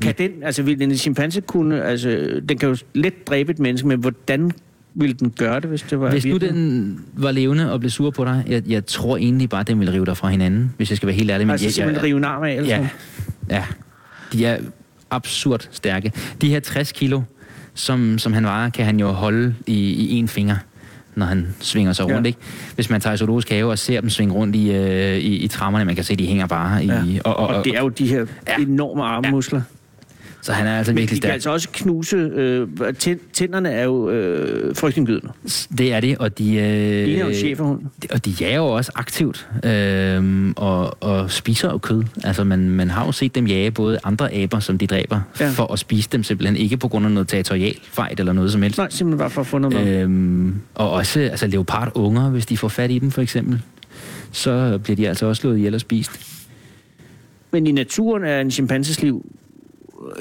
Speaker 6: vildt.
Speaker 4: Kan den, altså vil en chimpanse kunne, altså den kan jo let dræbe et menneske, men hvordan ville den gøre det, hvis det var
Speaker 6: Hvis nu
Speaker 4: virkelig?
Speaker 6: den var levende og blev sur på dig, jeg, jeg tror egentlig bare, den ville rive dig fra hinanden, hvis jeg skal være helt ærlig. Men
Speaker 4: Altså
Speaker 6: jeg, jeg,
Speaker 4: simpelthen rive en arm af, eller
Speaker 6: Ja,
Speaker 4: sådan?
Speaker 6: ja. De er absurd stærke. De her 60 kilo, som, som han vejer, kan han jo holde i, i én finger når han svinger sig
Speaker 4: Ja.
Speaker 6: rundt, ikke? Hvis man tager i zoologisk have og ser dem svinge rundt i, øh, i, i trammerne, man kan se, de hænger bare i... Ja. Og, og,
Speaker 4: Og det er jo de her
Speaker 6: Ja.
Speaker 4: enorme armmuskler.
Speaker 6: Så han er altså
Speaker 4: Men
Speaker 6: virkelig
Speaker 4: de kan
Speaker 6: stærk.
Speaker 4: altså også knuse... Øh, tænd- tænderne er jo øh, frygtindgydende.
Speaker 6: Det er det, og de... Øh,
Speaker 4: Det er jo en schæferhund.
Speaker 6: Og de jager jo også aktivt, øh, og, og spiser jo kød. Altså, man, man har jo set dem jage både andre aber, som de dræber,
Speaker 4: Ja.
Speaker 6: ja. for at spise dem simpelthen. Ikke på grund af noget territorial fejl eller noget som helst.
Speaker 4: Nej, simpelthen bare for at få noget mad.
Speaker 6: Øhm, og også altså, leopardunger, hvis de får fat i dem for eksempel, så bliver de altså også slået ihjel og spist.
Speaker 4: Men i naturen er en chimpanses liv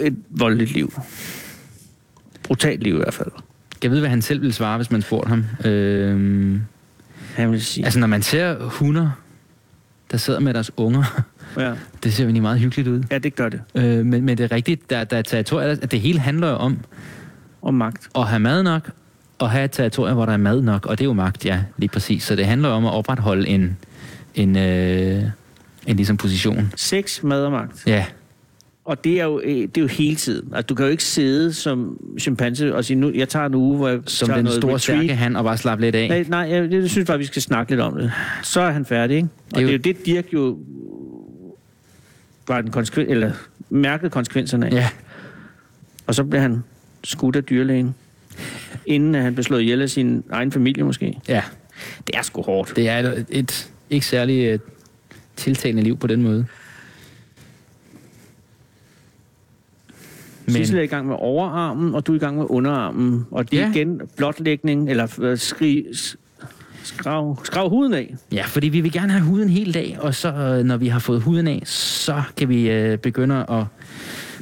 Speaker 4: et voldeligt liv. Brutalt liv i hvert fald.
Speaker 6: Jeg ved, hvad han selv ville svare, hvis man spurgte ham. Øhm,
Speaker 4: Han vil sige.
Speaker 6: altså, når man ser hunder, der sidder med deres unger,
Speaker 4: ja.
Speaker 6: det ser jo egentlig meget hyggeligt ud.
Speaker 4: ja, det gør det.
Speaker 6: Øh, men, men det er rigtigt, der, der er territorier, at det hele handler jo om
Speaker 4: Og magt.
Speaker 6: at have mad nok, og have et territorium, hvor der er mad nok, og det er jo magt, ja, lige præcis. Så det handler om at opretholde en, en, øh, en ligesom position.
Speaker 4: Sex, mad og magt.
Speaker 6: Ja,
Speaker 4: Og det er jo, øh, det er jo hele tiden. Altså, du kan jo ikke sidde som chimpanse og sige, nu, jeg tager en uge, hvor jeg
Speaker 6: som
Speaker 4: tager
Speaker 6: den
Speaker 4: noget
Speaker 6: store,
Speaker 4: retreat.
Speaker 6: stærke han, og bare slappe lidt af.
Speaker 4: Nej, nej jeg, jeg synes bare, vi skal snakke lidt om det. Så er han færdig, ikke? Og det
Speaker 6: Det
Speaker 4: er
Speaker 6: er
Speaker 4: jo det, Dirk jo var en konsekvens, eller mærkede konsekvenserne af.
Speaker 6: Ja,
Speaker 4: Og så blev han skudt af dyrlægen, inden at han blev slået ihjel af sin egen familie måske.
Speaker 6: ja.
Speaker 4: Det er sgu hårdt.
Speaker 6: Det er et, et ikke særlig øh, tiltalende liv på den måde. Men-
Speaker 4: Men... Sissel er i gang med overarmen, og du er i gang med underarmen. Og det er
Speaker 6: Ja.
Speaker 4: ja. igen blotlægning, eller øh, skri, s- skrav, skrav huden af.
Speaker 6: Ja, fordi vi vil gerne have huden helt af, og så øh, når vi har fået huden af, så kan vi øh, begynde at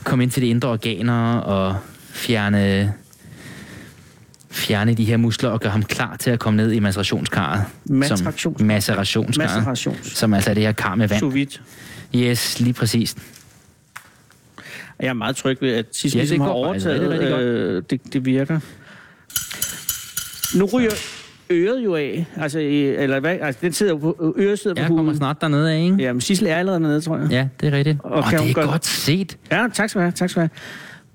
Speaker 6: komme ind til de indre organer og fjerne, fjerne de her muskler og gøre ham klar til at komme ned i macerationskarret.
Speaker 4: Macerationskarret.
Speaker 6: Som, macerationskarret.
Speaker 4: Macerations.
Speaker 6: Som altså er det her kar med vand.
Speaker 4: Sous vide.
Speaker 6: Yes, lige præcis.
Speaker 4: Og Jeg er meget tryg ved, at Sissel ja,
Speaker 6: Ja, det
Speaker 4: ligesom har
Speaker 6: går faktisk
Speaker 4: overtaget.
Speaker 6: rigtig,
Speaker 4: Det,
Speaker 6: rigtig
Speaker 4: øh, det, det virker. Nu ryger øret jo af. Altså, i- eller hvad? Altså, den sidder jo på, øret sidder
Speaker 6: Jeg
Speaker 4: på
Speaker 6: kommer
Speaker 4: huden.
Speaker 6: snart dernede af, ikke? Ja,
Speaker 4: Jamen, Sissel er allerede nede, tror jeg.
Speaker 6: ja det er rigtigt.
Speaker 4: Og
Speaker 6: Og
Speaker 4: kan
Speaker 6: det
Speaker 4: hun
Speaker 6: er
Speaker 4: godt-
Speaker 6: godt set.
Speaker 4: Ja, tak skal du have. Tak skal du have.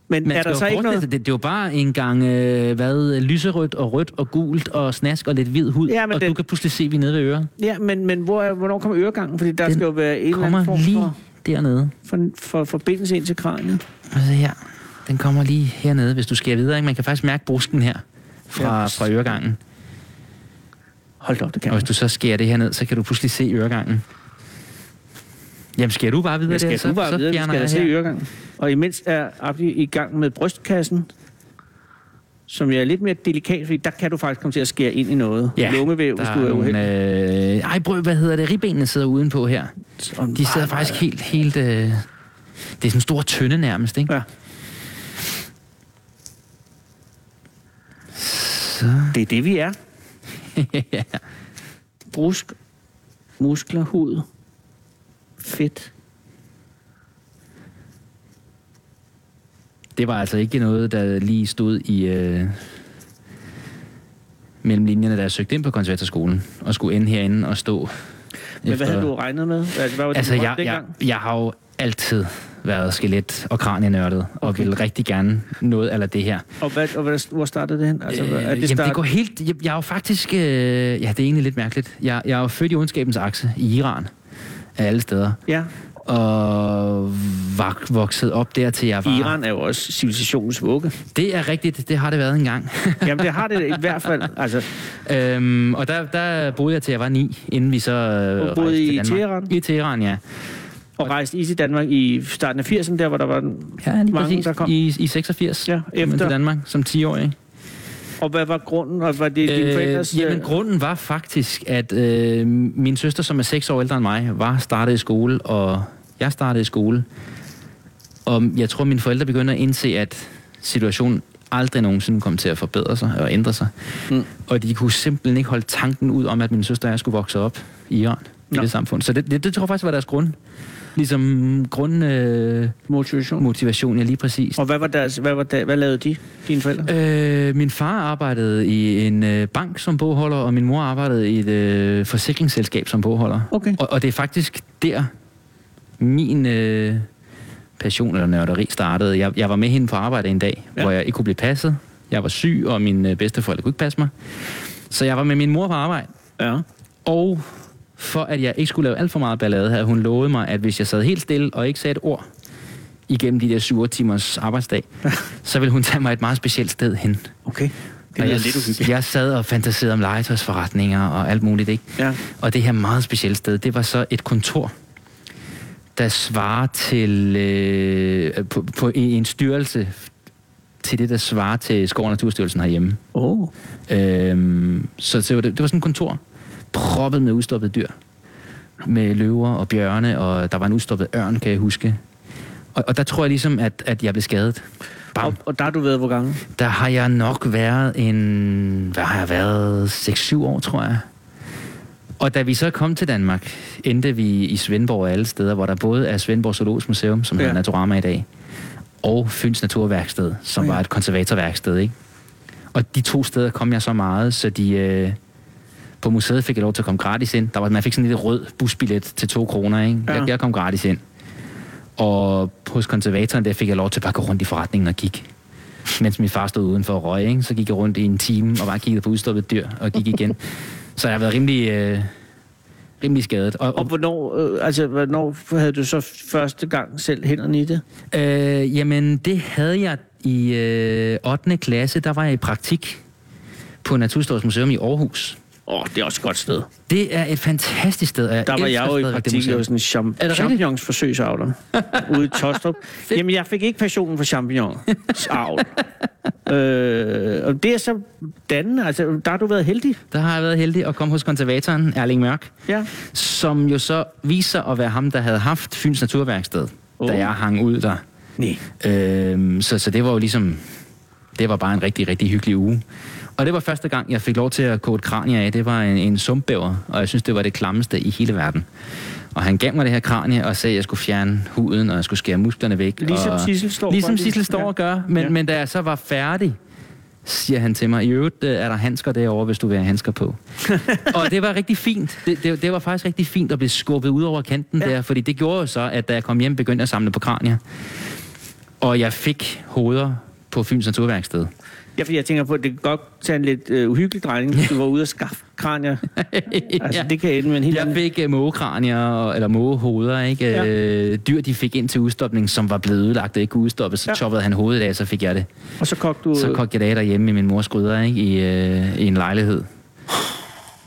Speaker 4: Men
Speaker 6: Man
Speaker 4: er
Speaker 6: skal
Speaker 4: der
Speaker 6: jo
Speaker 4: så ikke
Speaker 6: forestille
Speaker 4: noget...
Speaker 6: sig, Det, det er jo bare en gang, øh, hvad, lyserødt og rødt og gult og snask og lidt hvid hud,
Speaker 4: Ja, men
Speaker 6: og
Speaker 4: den-
Speaker 6: du kan pludselig se, at vi er nede ved øret.
Speaker 4: Ja, men, men hvor er, hvornår kommer øregangen? Fordi der
Speaker 6: Den
Speaker 4: den skal jo være en eller anden
Speaker 6: Kommer
Speaker 4: form
Speaker 6: lige
Speaker 4: for,
Speaker 6: dernede.
Speaker 4: for, for forbindelse ind til kraniet.
Speaker 6: Altså her. Den kommer lige hernede, hvis du skærer videre. Ikke? Man kan faktisk mærke brusken her fra,
Speaker 4: Ja.
Speaker 6: fra øregangen.
Speaker 4: Hold da op, det kan
Speaker 6: Og
Speaker 4: man.
Speaker 6: hvis du så skærer det her ned, så kan du pludselig se øregangen. Jamen, skærer du bare videre
Speaker 4: Jeg skal
Speaker 6: der,
Speaker 4: du bare
Speaker 6: så,
Speaker 4: videre,
Speaker 6: så
Speaker 4: vi
Speaker 6: fjerner
Speaker 4: skal da
Speaker 6: jeg
Speaker 4: se
Speaker 6: her.
Speaker 4: øregangen. Og imens er Abdi i gang med brystkassen, som jeg er lidt mere delikat, fordi der kan du faktisk komme til at skære ind i noget. Lungevæv,
Speaker 6: der
Speaker 4: hvis du er uheldig.
Speaker 6: nogle, øh, Ej, brød, hvad hedder det? Ribbenene sidder udenpå her.
Speaker 4: Sådan
Speaker 6: De sidder
Speaker 4: meget,
Speaker 6: faktisk helt, helt... Øh, det er sådan en stor tynde nærmest, ikke?
Speaker 4: Ja.
Speaker 6: Så...
Speaker 4: Det er det, vi er.
Speaker 6: ja.
Speaker 4: Brusk, muskler, hud, fedt.
Speaker 6: Det var altså ikke noget, der lige stod i... Øh, mellem linjerne, da jeg søgte ind på konservatorskolen, og skulle ende herinde og stå.
Speaker 4: Men hvad havde du regnet med? Altså, hvad var det,
Speaker 6: Altså,
Speaker 4: du
Speaker 6: jeg,
Speaker 4: holdt
Speaker 6: jeg,
Speaker 4: dengang?
Speaker 6: jeg har jo altid været skelet- og kranienørdet, og okay. vil rigtig gerne noget af det her.
Speaker 4: Og, hvad, og hvad, hvor startede det hen? Altså,
Speaker 6: Øh,
Speaker 4: hvad- er
Speaker 6: jamen,
Speaker 4: det start...
Speaker 6: det går helt... Jeg, jeg er jo faktisk... Øh, ja, det er egentlig lidt mærkeligt. Jeg, jeg er jo født i ondskabens akse i Iran, af alle steder,
Speaker 4: Ja,
Speaker 6: og var vokset op der, til jeg var...
Speaker 4: Iran er jo også civilisationens vugge.
Speaker 6: Det er rigtigt, det har det været engang.
Speaker 4: Jamen, det har det da i hvert fald. Altså,
Speaker 6: Øhm, og der, der boede jeg til jeg var ni, inden vi så øh,
Speaker 4: Du boede
Speaker 6: rejste til
Speaker 4: i
Speaker 6: Danmark.
Speaker 4: Teheran?
Speaker 6: I Teheran, ja.
Speaker 4: og rejste i til Danmark i starten af 80'erne, der hvor der var... den-
Speaker 6: Ja, lige
Speaker 4: Mange,
Speaker 6: præcis.
Speaker 4: der kom.
Speaker 6: I, I 86
Speaker 4: Ja,
Speaker 6: kom jeg
Speaker 4: efter.
Speaker 6: til Danmark som 10-årig.
Speaker 4: Og hvad var grunden? Og var det dine forældres...
Speaker 6: Øh,
Speaker 4: øh,
Speaker 6: jamen, grunden var faktisk, at øh, min søster, som er 6 år ældre end mig, var startet i skole, og jeg startede i skole. Og jeg tror, mine forældre begyndte at indse, at situationen aldrig nogensinde kom til at forbedre sig og ændre sig. Mm. Og de kunne simpelthen ikke holde tanken ud om, at min søster og jeg skulle vokse op i Iran, i
Speaker 4: Nå.
Speaker 6: det samfund. Så det, det, det tror jeg faktisk var deres grund. Ligesom grundmotivation, øh,
Speaker 4: motivation.
Speaker 6: motivation, ja lige præcis.
Speaker 4: Og hvad, var deres, hvad, var der, hvad lavede de, dine forældre?
Speaker 6: Øh, min far arbejdede i en øh, bank som bogholder, og min mor arbejdede i et øh, forsikringsselskab som bogholder.
Speaker 4: Okay.
Speaker 6: Og, og det er faktisk der, min øh, passion eller nørderi startede. Jeg, jeg var med hende på arbejde en dag, ja.
Speaker 4: Ja.
Speaker 6: hvor jeg ikke kunne blive passet. Jeg var syg, og mine øh, bedsteforældre kunne ikke passe mig. Så jeg var med min mor på arbejde,
Speaker 4: Ja.
Speaker 6: og for at jeg ikke skulle lave alt for meget ballade, havde hun lovet mig, at hvis jeg sad helt stille og ikke sagde et ord igennem de der 7 timers arbejdsdag, så ville hun tage mig et meget specielt sted hen.
Speaker 4: Okay.
Speaker 6: Og jeg, jeg sad og fantaserede om legetøjsforretninger og alt muligt, ikke?
Speaker 4: Ja.
Speaker 6: Og det her meget specielle sted, det var så et kontor, der svarer til øh, på, på en en styrelse til det, der svarer til Skov- og Naturstyrelsen herhjemme.
Speaker 4: Åh. Oh.
Speaker 6: Øhm, så det var, det var sådan et kontor, proppet med udstoppede dyr. Med løver og bjørne, og der var en udstoppet ørn, kan jeg huske. Og, og der tror jeg ligesom, at, at jeg blev skadet. Bam.
Speaker 4: Og, og der har du været hvor gange?
Speaker 6: Der har jeg nok været en... Hvad har jeg været? 6-7 år, tror jeg. Og da vi så kom til Danmark, endte vi i Svendborg og alle steder, hvor der både er Svendborg Zoologisk Museum, som ja.
Speaker 4: Ja.
Speaker 6: hedder Naturama i dag, og Fyns Naturværksted, som
Speaker 4: Ja.
Speaker 6: var et konservatorværksted, ikke? Og de to steder kom jeg så meget, så de... Øh, på museet fik jeg lov til at komme gratis ind. Der var, man fik sådan en lille rød busbillet til to kroner, ikke?
Speaker 4: Ja.
Speaker 6: Jeg, jeg kom gratis ind. Og hos konservatoren, der fik jeg lov til bare at gå rundt i forretningen og kigge. Mens min far stod udenfor og røg, ikke? så gik jeg rundt i en time og bare kiggede på udstoppet dyr og gik igen. så jeg har været rimelig, øh, rimelig skadet. Og,
Speaker 4: Og
Speaker 6: og,
Speaker 4: hvornår, øh, altså, hvornår havde du så første gang selv hænderne i det?
Speaker 6: øh, jamen, det havde jeg i øh, 8. klasse, der var jeg i praktik på Naturhistorisk Museum i Aarhus.
Speaker 4: Åh, oh, det er også et godt sted.
Speaker 6: Det er et fantastisk sted. og Jeg
Speaker 4: Der var
Speaker 6: elsker
Speaker 4: jeg jo i
Speaker 6: stadigvæk det
Speaker 4: praktik
Speaker 6: museum.
Speaker 4: hos en champ-
Speaker 6: Er det rigtigt?
Speaker 4: champignons forsøgsavler ude i Tostrup. Jamen, jeg fik ikke passionen for champignons avl. øh, og det er så dannende. Altså, der har du været heldig.
Speaker 6: Der har jeg været heldig at komme hos konservatoren Erling Mørk,
Speaker 4: Ja.
Speaker 6: som jo så viser at være ham, der havde haft Fyns Naturværksted, oh.
Speaker 4: Oh.
Speaker 6: da jeg hang ud der.
Speaker 4: Nej.
Speaker 6: Øhm, så, så det var jo ligesom... Det var bare en rigtig, rigtig hyggelig uge. Og det var første gang, jeg fik lov til at koge et kranie af. Det var en, en sumpbæver, og jeg synes, det var det klammeste i hele verden. Og han gav mig det her kranie og sagde, at jeg skulle fjerne huden, og jeg skulle skære musklerne væk.
Speaker 4: Ligesom
Speaker 6: og,
Speaker 4: Sissel står
Speaker 6: Ligesom
Speaker 4: faktisk.
Speaker 6: Sissel står
Speaker 4: Ja.
Speaker 6: og gør. Men, ja.
Speaker 4: Ja.
Speaker 6: men da jeg så var færdig, siger han til mig, i øvrigt øh, er der handsker derovre, hvis du vil have handsker på. og det var rigtig fint. Det, det, det var faktisk rigtig fint at blive skubbet ud over kanten ja. der, fordi det gjorde jo så, at da jeg kom hjem, begyndte jeg at samle på kranier. Og jeg fik hoveder på Fyns Naturværksted.
Speaker 4: Ja, for jeg tænker på, at det kan godt tage en lidt øh, uhyggelig drejning, hvis du var ude og skaffe kranier. Altså,
Speaker 6: Ja.
Speaker 4: det kan ende med en helt
Speaker 6: Jeg
Speaker 4: anden...
Speaker 6: fik uh, mågekranier, og- eller mågehoveder, ikke?
Speaker 4: Ja.
Speaker 6: Ja. Dyr, de fik ind til udstopning, som var blevet ødelagt og ikke kunne udstoppes. Så ja.
Speaker 4: Ja.
Speaker 6: choppede han hovedet af, så fik jeg det.
Speaker 4: Og så kogte du...
Speaker 6: Så kogte jeg det af derhjemme i min mors gryder, ikke? I, øh, i en lejlighed.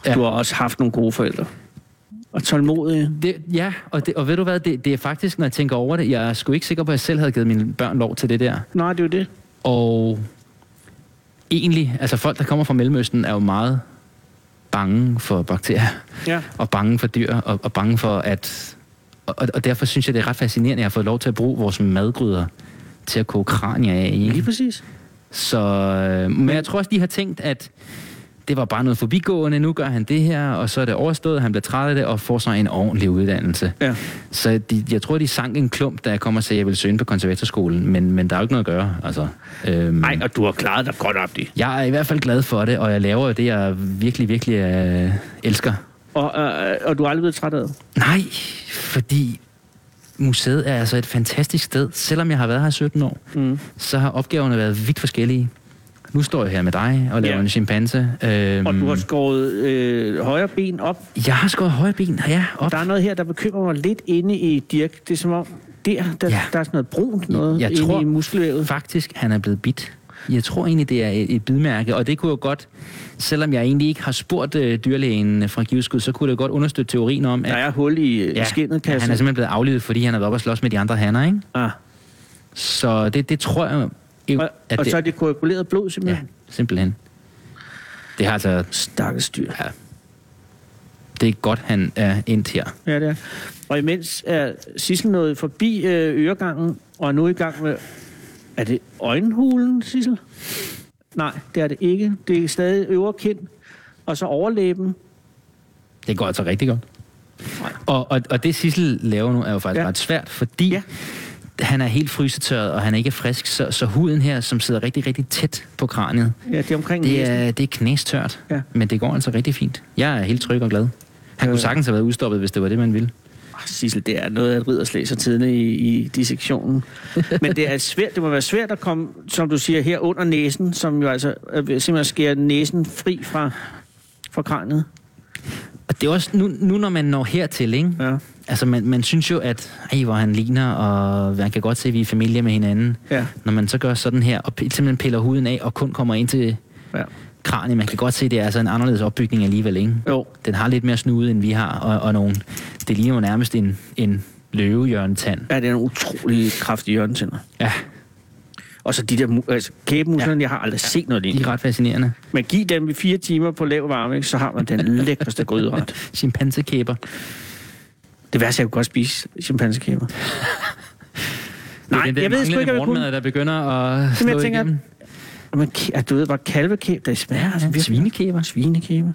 Speaker 6: ja.
Speaker 4: Du har også haft nogle gode forældre. Og tålmodige.
Speaker 6: Det, ja, og, det, og ved du hvad, det, det er faktisk, når jeg tænker over det, jeg er sgu ikke sikker på, at jeg selv havde givet mine børn lov til det der.
Speaker 4: Nej, det er jo det.
Speaker 6: Og egentlig, altså folk, der kommer fra Mellemøsten, er jo meget bange for bakterier,
Speaker 4: Ja.
Speaker 6: og bange for dyr, og, og bange for at... Og, og- og derfor synes jeg, det er ret fascinerende, at jeg har fået lov til at bruge vores madgryder til at koge kranier af.
Speaker 4: Lige
Speaker 6: Ikke?
Speaker 4: præcis.
Speaker 6: Så, øh, men jeg tror også, de har tænkt, at det var bare noget forbigående, nu gør han det her, og så er det overstået, han bliver træt af det, og får sig en ordentlig uddannelse.
Speaker 4: Ja.
Speaker 6: Så de, jeg tror, de sank en klump, da jeg kom og sagde, at jeg ville søge ind på konservatorskolen, men, men der er jo ikke noget at gøre. Altså, øhm,
Speaker 4: Nej, og du har klaret dig godt op, det.
Speaker 6: Jeg er i hvert fald glad for det, og jeg laver jo det, jeg virkelig, virkelig øh, elsker.
Speaker 4: Og, øh, og du er aldrig blevet træt af det.
Speaker 6: Nej, fordi museet er altså et fantastisk sted. Selvom jeg har været her i 17 år, mm. så har opgaverne været vidt forskellige. Nu står jeg her med dig og laver
Speaker 4: Ja.
Speaker 6: en chimpanse. Øhm,
Speaker 4: Og du har skåret øh, højre ben op.
Speaker 6: Jeg har skåret høje ben, ja, op.
Speaker 4: Der er noget her, der bekymrer mig lidt inde i Dirk. Det er som om, der, der,
Speaker 6: Ja.
Speaker 4: ja. der er sådan noget brunt noget
Speaker 6: Jeg
Speaker 4: inde
Speaker 6: tror-
Speaker 4: i muskelvævet.
Speaker 6: Faktisk, han er blevet bidt. Jeg tror egentlig, det er et, et bidmærke, og det kunne jo godt, selvom jeg egentlig ikke har spurgt øh, dyrlægen fra Giveskud, så kunne det jo godt understøtte teorien om, at
Speaker 4: Der er hul i ja. skinnet, kan jeg
Speaker 6: han er
Speaker 4: se.
Speaker 6: simpelthen blevet aflivet, fordi han har været oppe og slås med de andre hanner, ikke?
Speaker 4: Ah.
Speaker 6: Så det, det tror jeg jo,
Speaker 4: Og,
Speaker 6: at
Speaker 4: og
Speaker 6: det,
Speaker 4: så er det koaguleret blod,
Speaker 6: ja,
Speaker 4: simpelthen.
Speaker 6: simpelthen. Det har altså,
Speaker 4: Stakkels dyr.
Speaker 6: ja, det er godt, han er endt her.
Speaker 4: Ja, det er. Og imens er Sissel nået forbi øh, øregangen, og er nu i gang med... Er det øjenhulen, Sissel? Nej, det er det ikke. Det er stadig øvre kind, og så overlæben.
Speaker 6: Det går altså rigtig godt. Og, og, og det Sissel laver nu er jo faktisk ja.
Speaker 4: Ja.
Speaker 6: ret svært, fordi ja.
Speaker 4: Ja.
Speaker 6: han er helt frysetørret, og han er ikke frisk, så, så huden her, som sidder rigtig, rigtig tæt på kraniet,
Speaker 4: Ja, det er omkring
Speaker 6: det
Speaker 4: næsen.
Speaker 6: er, det er knæstørt. Ja.
Speaker 4: Ja.
Speaker 6: Men det går altså rigtig fint. Jeg er helt tryg og glad. Han kunne
Speaker 4: Øh.
Speaker 6: sagtens have været udstoppet, hvis det var det, man ville.
Speaker 4: Oh, Sissel, det er noget af et ridderslæs og tidene i, i dissektionen. Men det, er svært, det må være svært at komme, som du siger, her under næsen, som jo altså øh, simpelthen skærer næsen fri fra, fra kraniet.
Speaker 6: Og det er også nu, nu når man når hertil, ikke? Ja.
Speaker 4: Ja.
Speaker 6: Altså, man, man synes jo, at ej, hvor han ligner, og man kan godt se, at vi er familie med hinanden.
Speaker 4: Ja.
Speaker 6: Når man så gør sådan her, og p- simpelthen piller huden af, og kun kommer ind til
Speaker 4: ja.
Speaker 6: kranie. Man kan godt se, at det er altså en anderledes opbygning alligevel, ikke?
Speaker 4: Jo.
Speaker 6: Den har lidt mere snude, end vi har, og, og nogle, det ligner jo nærmest en, en løvehjørnetand.
Speaker 4: Ja, det er en utrolig kraftig hjørnetænder.
Speaker 6: Ja,
Speaker 4: Og så de der mu- altså, kæbemuserne, ja. jeg har aldrig set noget
Speaker 6: de
Speaker 4: lignende.
Speaker 6: er ret fascinerende.
Speaker 4: Men giv dem i fire timer på lav varme, ikke, så har man den lækreste gryderet.
Speaker 6: Chimpansekæber.
Speaker 4: Det værste, jeg kunne godt spise chimpansekæber. Nej,
Speaker 6: Det er den der
Speaker 4: jeg ved sgu
Speaker 6: manglende
Speaker 4: ikke, hvad jeg kunne.
Speaker 6: morgenmad, der begynder at
Speaker 4: Jamen,
Speaker 6: slå
Speaker 4: jeg tænker,
Speaker 6: igennem.
Speaker 4: Men, ke- at du ved, var kalvekæber, det smager altså virkelig.
Speaker 6: Svinekæber.
Speaker 4: Svinekæber.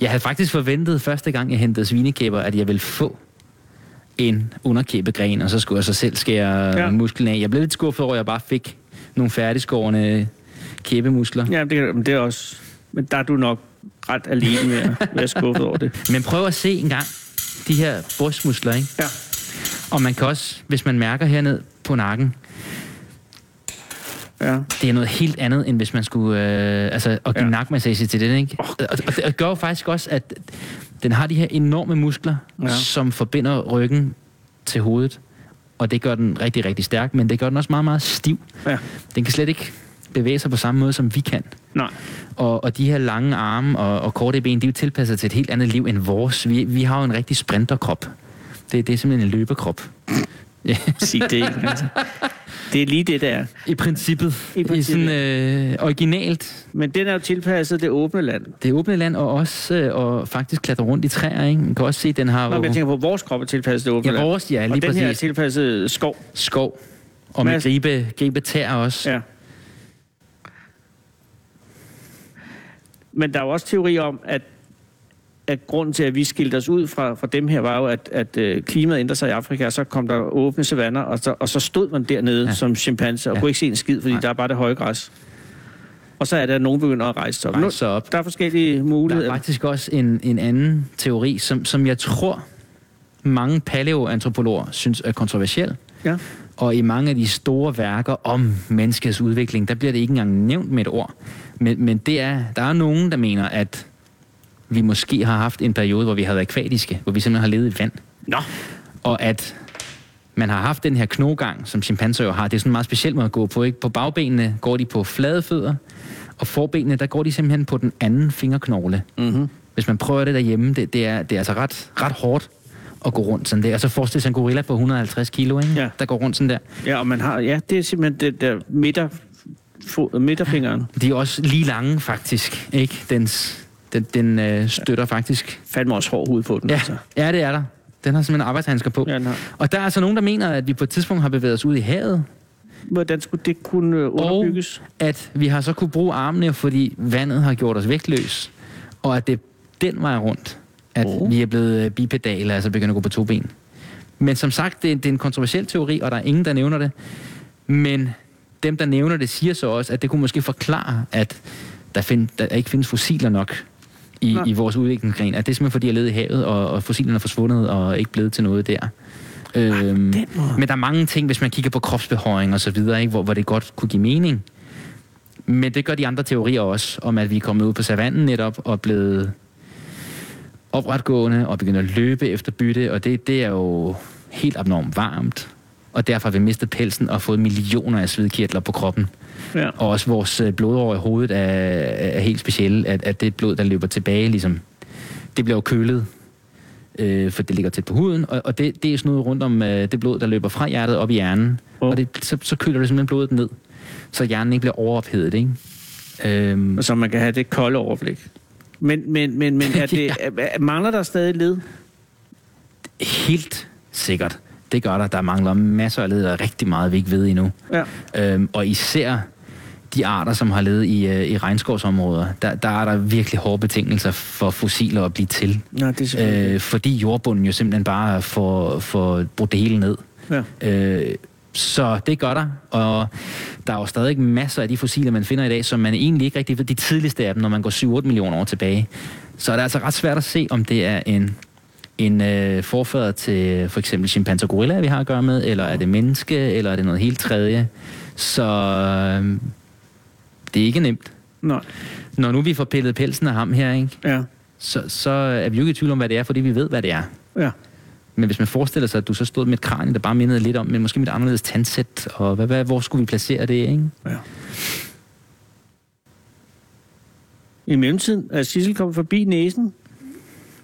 Speaker 6: Jeg havde faktisk forventet første gang, jeg hentede svinekæber, at jeg ville få en underkæbegren, og så skulle jeg så selv skære ja.
Speaker 4: Ja.
Speaker 6: musklen af. Jeg blev lidt skuffet over, at jeg bare fik nogle færdigskårende kæbemuskler.
Speaker 4: Ja, men det, kan- men det er også... Men der er du nok ret alene med at være skuffet over det.
Speaker 6: Men prøv at se en gang de her brystmuskler, ikke?
Speaker 4: Ja.
Speaker 6: Og man kan også, hvis man mærker herned på nakken,
Speaker 4: ja.
Speaker 6: det er noget helt andet, end hvis man skulle... Øh, altså, at give ja.
Speaker 4: Ja.
Speaker 6: nakmassage til den, ikke? Og, og det gør jo faktisk også, at den har de her enorme muskler, ja.
Speaker 4: Ja.
Speaker 6: som forbinder ryggen til hovedet. Og det gør den rigtig, rigtig stærk, men det gør den også meget, meget stiv.
Speaker 4: Ja.
Speaker 6: Den kan slet ikke bevæge sig på samme måde, som vi kan.
Speaker 4: Nej.
Speaker 6: Og, og de her lange arme og, og korte ben, de er jo tilpasset til et helt andet liv end vores. Vi, vi har jo en rigtig sprinterkrop. Det, det er simpelthen en løbekrop.
Speaker 4: Sig det ikke. altså. Det er lige det, der er.
Speaker 6: I princippet.
Speaker 4: I
Speaker 6: I
Speaker 4: princippet.
Speaker 6: sådan øh, originalt.
Speaker 4: Men den er jo tilpasset det åbne land.
Speaker 6: Det åbne land, og også øh, og faktisk klatre rundt i træer. Ikke? Man kan også se, den har
Speaker 4: Nå, men jeg
Speaker 6: jo...
Speaker 4: tænker på, at vores krop er tilpasset det åbne
Speaker 6: Ja,
Speaker 4: land.
Speaker 6: vores, ja,
Speaker 4: og
Speaker 6: lige
Speaker 4: den her er
Speaker 6: præcis.
Speaker 4: tilpasset skov.
Speaker 6: Skov. Og med
Speaker 4: Mads-
Speaker 6: gribe, gribe tær også.
Speaker 4: Ja. Men der er jo også teori om, at, at grunden til, at vi skilte os ud fra, fra dem her, var jo, at, at øh, klimaet ændrede sig i Afrika, og så kom der åbne savanner, og så, og så stod man dernede
Speaker 6: Ja.
Speaker 4: ja. som chimpanse, og
Speaker 6: Ja.
Speaker 4: ja. kunne ikke se en skid, fordi
Speaker 6: Nej.
Speaker 4: der er bare det høje græs. Og så er der, at nogen begynder at rejse sig op. Nu,
Speaker 6: Rejse sig op.
Speaker 4: der er forskellige
Speaker 6: Der er
Speaker 4: muligheder.
Speaker 6: faktisk også en, en anden teori, som, som jeg tror, mange paleoantropologer synes er kontroversiel.
Speaker 4: Ja.
Speaker 6: Og i mange af de store værker om menneskets udvikling, der bliver det ikke engang nævnt med et ord. Men, men det er, der er nogen, der mener, at vi måske har haft en periode, hvor vi har været akvatiske, hvor vi simpelthen har levet i vand.
Speaker 4: Nå.
Speaker 6: Og at man har haft den her knogang, som chimpanser jo har. Det er sådan en meget speciel måde at gå på. Ikke? På bagbenene går de på flade fødder, og forbenene, der går de simpelthen på den anden fingerknogle. Mm-hmm. Hvis man prøver det derhjemme, det, det, er, det er altså ret, ret hårdt at gå rundt sådan der. Og så forestil sig en gorilla på 150 kilo, ikke?
Speaker 4: Ja.
Speaker 6: der går rundt sådan der.
Speaker 4: Ja, og man har, ja, det er simpelthen det der midter, fod, midterfingeren.
Speaker 6: De er også lige lange, faktisk. Ikke? Dens, den den øh, støtter faktisk.
Speaker 4: Fandme også hård hud på den.
Speaker 6: Ja,
Speaker 4: Altså.
Speaker 6: ja, det er der. Den har simpelthen arbejdshandsker på.
Speaker 4: Ja, den har.
Speaker 6: og der er altså nogen, der mener, at vi på et tidspunkt har bevæget os ud i havet,
Speaker 4: Hvordan skulle det kunne øh, underbygges?
Speaker 6: at vi har så kunne bruge armene, fordi vandet har gjort os vægtløs, og at det er den vej rundt, at oh.
Speaker 4: Oh.
Speaker 6: vi er blevet øh, bipedale, altså begyndt at gå på to ben. Men som sagt, det, er- det er en kontroversiel teori, og der er ingen, der nævner det. Men dem, der nævner det, siger så også, at det kunne måske forklare, at der, find, der ikke findes fossiler nok i,
Speaker 4: Nå.
Speaker 6: i vores udviklingsgren. At det er simpelthen, fordi jeg levede i havet, og, og fossilerne er forsvundet og ikke blevet til noget der. Øhm, men der er mange ting, hvis man kigger på kropsbehøring og så videre, ikke, hvor, hvor det godt kunne give mening. Men det gør de andre teorier også, om at vi er kommet ud på savannen netop og blevet opretgående og begynder at løbe efter bytte, og det, det er jo helt abnormt varmt. Og derfor har vi mistet pelsen og fået millioner af svedkirtler på kroppen.
Speaker 4: Ja.
Speaker 6: Og også vores øh, blodår i hovedet er, er helt specielle, at, at det blod, der løber tilbage, ligesom, det bliver jo kølet, øh, for det ligger tæt på huden, og, og det, det er sådan noget rundt om øh, det blod, der løber fra hjertet op i hjernen,
Speaker 4: Wow.
Speaker 6: og det, så, så køler det simpelthen blodet ned, så hjernen ikke bliver overophedet, ikke? Øhm,
Speaker 4: så man kan have det kolde overblik. Men, men, men, men er det, er, mangler der stadig led?
Speaker 6: helt sikkert, det gør der. Der mangler masser af led, og rigtig meget, vi ikke ved endnu.
Speaker 4: Ja.
Speaker 6: Øhm, og især de arter, som har levet i, øh, i regnskovsområder, der, der er der virkelig hårde betingelser for fossiler at blive til.
Speaker 4: Nå, det er selvfølgelig...
Speaker 6: Øh, fordi jordbunden jo simpelthen bare får, får brudt det hele ned.
Speaker 4: Ja.
Speaker 6: Øh, så det gør der, og der er jo stadig masser af de fossiler, man finder i dag, som man egentlig ikke rigtig ved. De tidligste af dem, når man går 7-8 millioner år tilbage. Så er det altså ret svært at se, om det er en, en øh, forfader til for eksempel chimpanser og gorilla, vi har at gøre med, eller er det menneske, eller er det noget helt tredje. Så øh, det er ikke nemt.
Speaker 4: Nå,
Speaker 6: Når nu vi får pillet pelsen af ham her, ikke,
Speaker 4: ja,
Speaker 6: så, så er vi jo ikke i tvivl om, hvad det er, fordi vi ved, hvad det er.
Speaker 4: ja.
Speaker 6: Men hvis man forestiller sig, at du så stod med et kranie, der bare mindede lidt om, men måske med et anderledes tandsæt, og hvad, hvad, hvor skulle vi placere det, ikke?
Speaker 4: ja. I mellemtiden er Sissel kommet forbi næsen,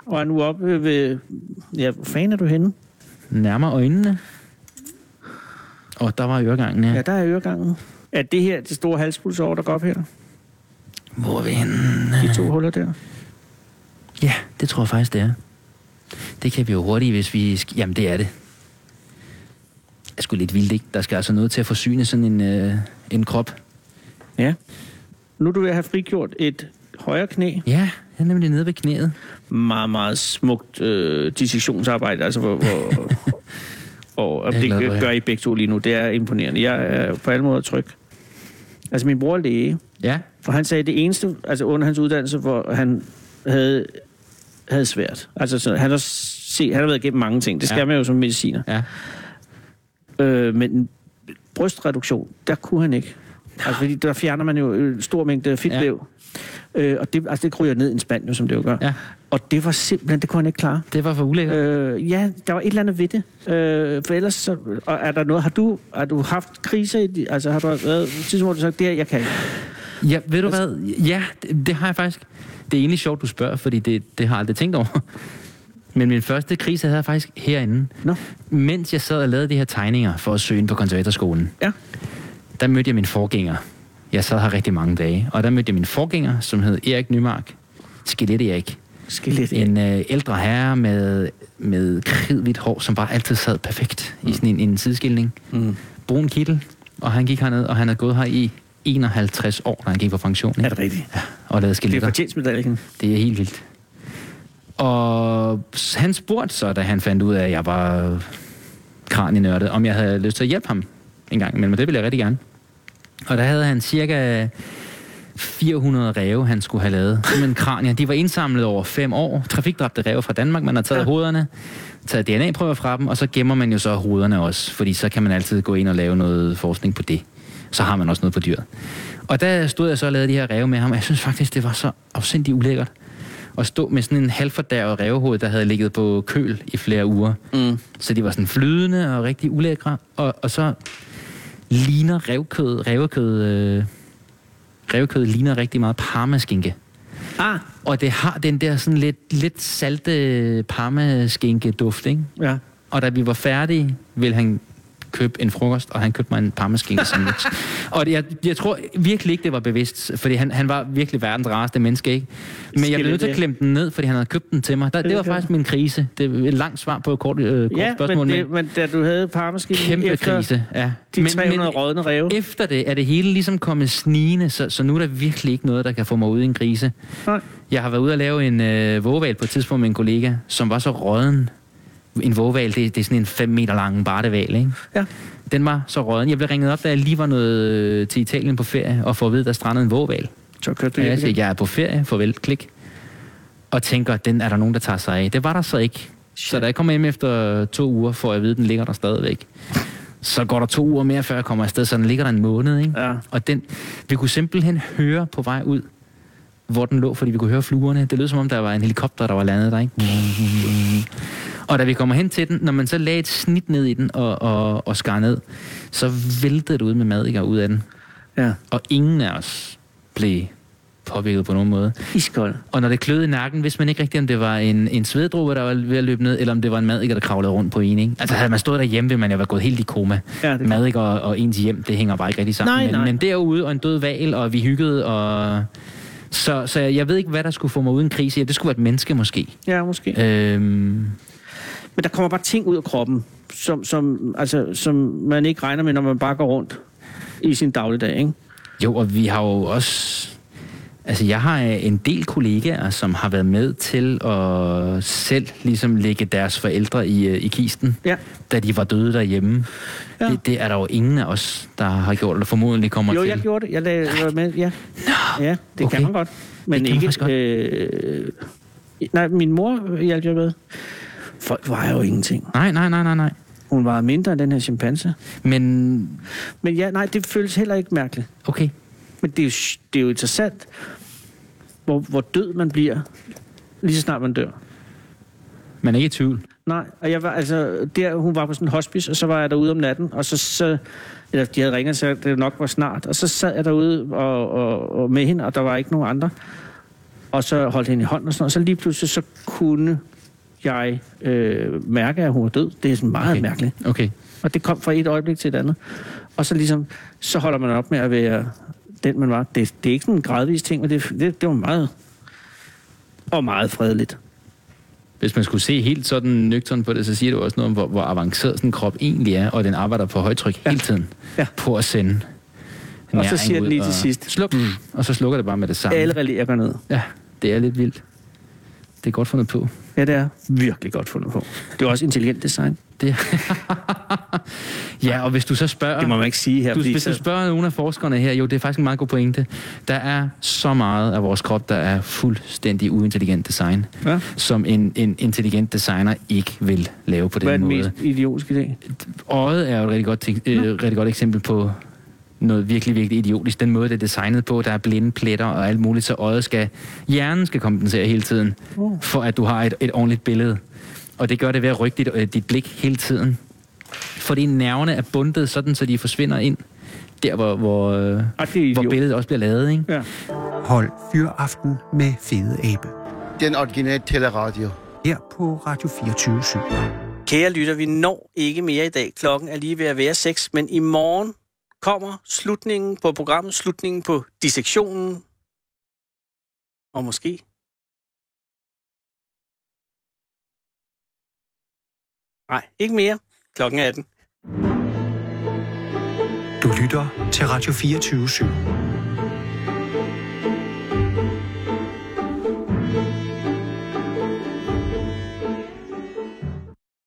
Speaker 4: og er nu oppe ved... Ja, hvor fanden er du henne?
Speaker 6: Nærmere øjnene. Og der var øregangen, ja.
Speaker 4: Ja, der er øregangen. Er det her det store halspulsår, der går op her?
Speaker 6: Hvor er vi henne?
Speaker 4: De to huller der?
Speaker 6: Ja, det tror jeg faktisk, det er. Det kan vi jo hurtigt, hvis vi... sk- Jamen, det er det. Det er sgu lidt vildt, ikke? Der skal altså noget til at forsyne sådan en, øh, en krop.
Speaker 4: Ja. Nu er du ved at have frigjort et højre knæ.
Speaker 6: Ja, han er nemlig nede ved knæet.
Speaker 4: meget, meget smukt øh, dissektionsarbejde, altså hvor, hvor, hvor og
Speaker 6: Jeg er glad for
Speaker 4: det
Speaker 6: jer.
Speaker 4: gør I begge to lige nu. Det er imponerende. Jeg er på alle måder tryg. Altså min bror er læge,
Speaker 6: Ja,
Speaker 4: og han sagde det eneste, altså under hans uddannelse, hvor han havde, havde svært. Altså så, han, har se, han har været igennem mange ting. Det skal
Speaker 6: Ja.
Speaker 4: ja. man jo som mediciner.
Speaker 6: ja.
Speaker 4: Øh, men brystreduktion, der kunne han ikke. Altså, fordi der fjerner man jo en stor mængde fedtvæv. Ja. Øh, og det, altså, det kryger ned i en spand, jo, som det jo gør.
Speaker 6: Ja.
Speaker 4: Og det var simpelthen, det kunne han ikke klare.
Speaker 6: Det var for ulækkert.
Speaker 4: Øh, ja, der var et eller andet ved det. Øh, for ellers, så, og er der noget, har du, har du haft kriser i, di- altså har du været, tidspunkt, hvor du sagt, det her, jeg kan ikke.
Speaker 6: Ja, ved du hvad? Ja, det, det har jeg faktisk. Det er egentlig sjovt, du spørger, fordi det, det har jeg aldrig tænkt over. Men min første krise havde jeg faktisk herinde.
Speaker 4: Nå.
Speaker 6: Mens jeg sad og lavede de her tegninger for at søge ind på konservatorskolen,
Speaker 4: Ja.
Speaker 6: der mødte jeg min forgænger. Jeg sad her rigtig mange dage, og der mødte jeg min forgænger, som hed Erik Nymark. Skelet Erik.
Speaker 4: Skelet.
Speaker 6: En øh, ældre herre med, med kridhvidt hår, som bare altid sad perfekt mm. i sådan en, en sideskilning. Mm. Brun kittel, og han gik herned, og han havde gået her i 51 år, da han gik på pension. ikke?
Speaker 4: Er det rigtigt?
Speaker 6: Ja, og lavede
Speaker 4: Det er
Speaker 6: skeletter. Det
Speaker 4: fortjensmedaljen.
Speaker 6: er, det er helt vildt. Og s- han spurgte så, da han fandt ud af, at jeg var kranienørdet, om jeg havde lyst til at hjælpe ham en gang imellem, og det ville jeg rigtig gerne. Og der havde han cirka 400 ræve, han skulle have lavet. Men kranier, de var indsamlet over fem år. Trafikdræbte ræve fra Danmark, man har taget ja. hovederne, taget DNA-prøver fra dem, og så gemmer man jo så hovederne også, fordi så kan man altid gå ind og lave noget forskning på det. Så har man også noget på dyret. Og der stod jeg så og lavede de her ræve med ham, og jeg synes faktisk, det var så afsindig ulækkert at stå med sådan en halvfordærvet rævehoved, der havde ligget på køl i flere uger. Mm. Så de var sådan flydende og rigtig ulækre, og, og så ligner revkød, revkød, øh, revkød ligner rigtig meget parmaskinke.
Speaker 4: Ah,
Speaker 6: Og det har den der sådan lidt, lidt salte parmaskinke-duft, ikke?
Speaker 4: ja.
Speaker 6: Og da vi var færdige, ville han købe en frokost, og han købte mig en parmaskinke sandwich. og jeg, jeg tror virkelig ikke, det var bevidst, fordi han, han var virkelig verdens rareste menneske, ikke? Men jeg blev nødt til at klemme den ned, fordi han havde købt den til mig. Der, det var faktisk min krise. Det er et langt svar på et kort, øh, kort
Speaker 4: Ja,
Speaker 6: spørgsmål.
Speaker 4: men, det, men da du havde parmaskinen
Speaker 6: Kæmpe
Speaker 4: efter
Speaker 6: krise, ja.
Speaker 4: de 300 rådne ræve.
Speaker 6: Efter det er det hele ligesom kommet snigende, så, så nu er der virkelig ikke noget, der kan få mig ud i en krise.
Speaker 4: Nej.
Speaker 6: Jeg har været ude og lave en øh, vågeval på et tidspunkt med en kollega, som var så råden. En vågeval, det, det er sådan en 5 meter lang barteval, ikke?
Speaker 4: Ja.
Speaker 6: Den var så råden. Jeg blev ringet op, da jeg lige var nået øh, til Italien på ferie, og får at vide, der strandede en vågeval.
Speaker 4: Så kørte
Speaker 6: Og
Speaker 4: du hjem
Speaker 6: jeg
Speaker 4: igen.
Speaker 6: siger, jeg er på ferie, farvel, klik. Og tænker, den er der nogen, der tager sig af. Det var der så ikke. Så da jeg kommer hjem efter to uger, får jeg at vide, den ligger der stadigvæk. Så går der to uger mere, før jeg kommer afsted, så den ligger der en måned. Ikke?
Speaker 4: Ja.
Speaker 6: Og den, vi kunne simpelthen høre på vej ud, hvor den lå, fordi vi kunne høre fluerne. Det lød som om, der var en helikopter, der var landet der. Ikke? Og da vi kommer hen til den, når man så lagde et snit ned i den og, og, og skar ned, så væltede det ud med madikker ud af den.
Speaker 4: Ja.
Speaker 6: Og ingen af os blev påvirket på nogen måde.
Speaker 4: Iskold.
Speaker 6: Og når det kløede i nakken, vidste man ikke rigtigt, om det var en, en sveddråbe, der var ved at løbe ned, eller om det var en madikker, der kravlede rundt på en. Ikke? Altså havde man stået derhjemme, ville man jo være gået helt i koma.
Speaker 4: Ja, det-
Speaker 6: madikker og, og ens hjem, det hænger bare ikke rigtig sammen.
Speaker 4: Nej,
Speaker 6: men,
Speaker 4: nej.
Speaker 6: men derude, og en død val, og vi hyggede, og... Så, så jeg ved ikke, hvad der skulle få mig uden krise. Ja, det skulle være et menneske måske.
Speaker 4: Ja, måske.
Speaker 6: Øhm,
Speaker 4: Men der kommer bare ting ud af kroppen, som, som, altså, som man ikke regner med, når man bare går rundt i sin dagligdag, ikke?
Speaker 6: Jo, og vi har jo også... Altså, jeg har øh, en del kollegaer, som har været med til at selv ligesom lægge deres forældre i, øh, i kisten,
Speaker 4: Ja.
Speaker 6: da de var døde derhjemme.
Speaker 4: Ja.
Speaker 6: Ja. Det, det er der jo ingen af os, der har gjort, eller formodentlig kommer
Speaker 4: Jo,
Speaker 6: til.
Speaker 4: jeg gjorde det. Jeg lavede jeg var med, ja. Ja, det okay.
Speaker 6: Okay.
Speaker 4: kan man godt. Men
Speaker 6: Det kan man
Speaker 4: ikke...
Speaker 6: faktisk godt.
Speaker 4: Øh, nej, min mor hjalp jeg med. Folk vejer jo ingenting.
Speaker 6: Nej, nej, nej, nej, nej.
Speaker 4: Hun var mindre end den her chimpanse.
Speaker 6: Men,
Speaker 4: Men ja, nej, det føles heller ikke mærkeligt.
Speaker 6: okay.
Speaker 4: Men det er jo, sj- det er jo interessant, hvor, hvor død man bliver, lige så snart man dør.
Speaker 6: Man er ikke i tvivl.
Speaker 4: Nej, og jeg var, altså, der, hun var på sådan en hospice, og så var jeg derude om natten, og så, så eller de havde ringet, så det nok var snart, og så sad jeg derude og, og, og med hende, og der var ikke nogen andre, og så holdt hende i hånden og sådan noget, og så lige pludselig, så kunne jeg øh, mærke, at hun var død. Det er sådan meget okay.
Speaker 6: Okay.
Speaker 4: mærkeligt.
Speaker 6: Okay.
Speaker 4: Og det kom fra et øjeblik til et andet. Og så ligesom, så holder man op med at være den, man var. Det, det er ikke sådan en gradvis ting, men det, det, det var meget, og meget fredeligt.
Speaker 6: Hvis man skulle se helt sådan nøgteren på det, så siger det jo også noget om, hvor, hvor avanceret sådan en krop egentlig er, og den arbejder på højtryk ja. hele tiden
Speaker 4: Ja.
Speaker 6: på at
Speaker 4: Og
Speaker 6: sende
Speaker 4: så
Speaker 6: næring
Speaker 4: siger den
Speaker 6: ud
Speaker 4: lige til
Speaker 6: og
Speaker 4: sidst,
Speaker 6: Sluk. Mm. Og så slukker det bare med det samme.
Speaker 4: Alle relæer går ned.
Speaker 6: Ja, det er lidt vildt. Det er godt fundet på.
Speaker 4: Ja, det er virkelig godt fundet på. Det er også intelligent design.
Speaker 6: Det... ja, og hvis du så spørger...
Speaker 4: Det må man ikke sige her.
Speaker 6: du,
Speaker 4: fordi
Speaker 6: hvis du
Speaker 4: så-
Speaker 6: spørger nogle af forskerne her, jo, det er faktisk en meget god pointe. Der er så meget af vores krop, der er fuldstændig uintelligent design,
Speaker 4: Ja.
Speaker 6: som en, en intelligent designer ikke vil lave på den
Speaker 4: Hvad er den
Speaker 6: måde.
Speaker 4: mest idiotiske idé?
Speaker 6: Øjet er jo et rigtig godt, ting, øh, rigtig godt eksempel på noget virkelig, virkelig idiotisk. Den måde, det er designet på, der er blinde pletter og alt muligt, så øjet skal, hjernen skal kompensere hele tiden, for at du har et, et ordentligt billede. Og det gør det ved at rykke dit, øh, dit blik hele tiden. Fordi nerverne er bundet sådan, så de forsvinder ind der, hvor, hvor, øh,
Speaker 4: Ej, Ah, det er
Speaker 6: hvor
Speaker 4: idiot.
Speaker 6: billedet også bliver lavet. Ikke?
Speaker 4: Ja.
Speaker 3: Hold fyraften med Fede Abe.
Speaker 5: Den originale teleradio.
Speaker 3: Her på Radio 24 7.
Speaker 7: Kære lytter, vi når ikke mere i dag. Klokken er lige ved at være 6, men i morgen kommer slutningen på programmet, slutningen på dissektionen, og måske Nej, ikke mere. Klokken er 18.
Speaker 3: Du lytter til Radio 24 7.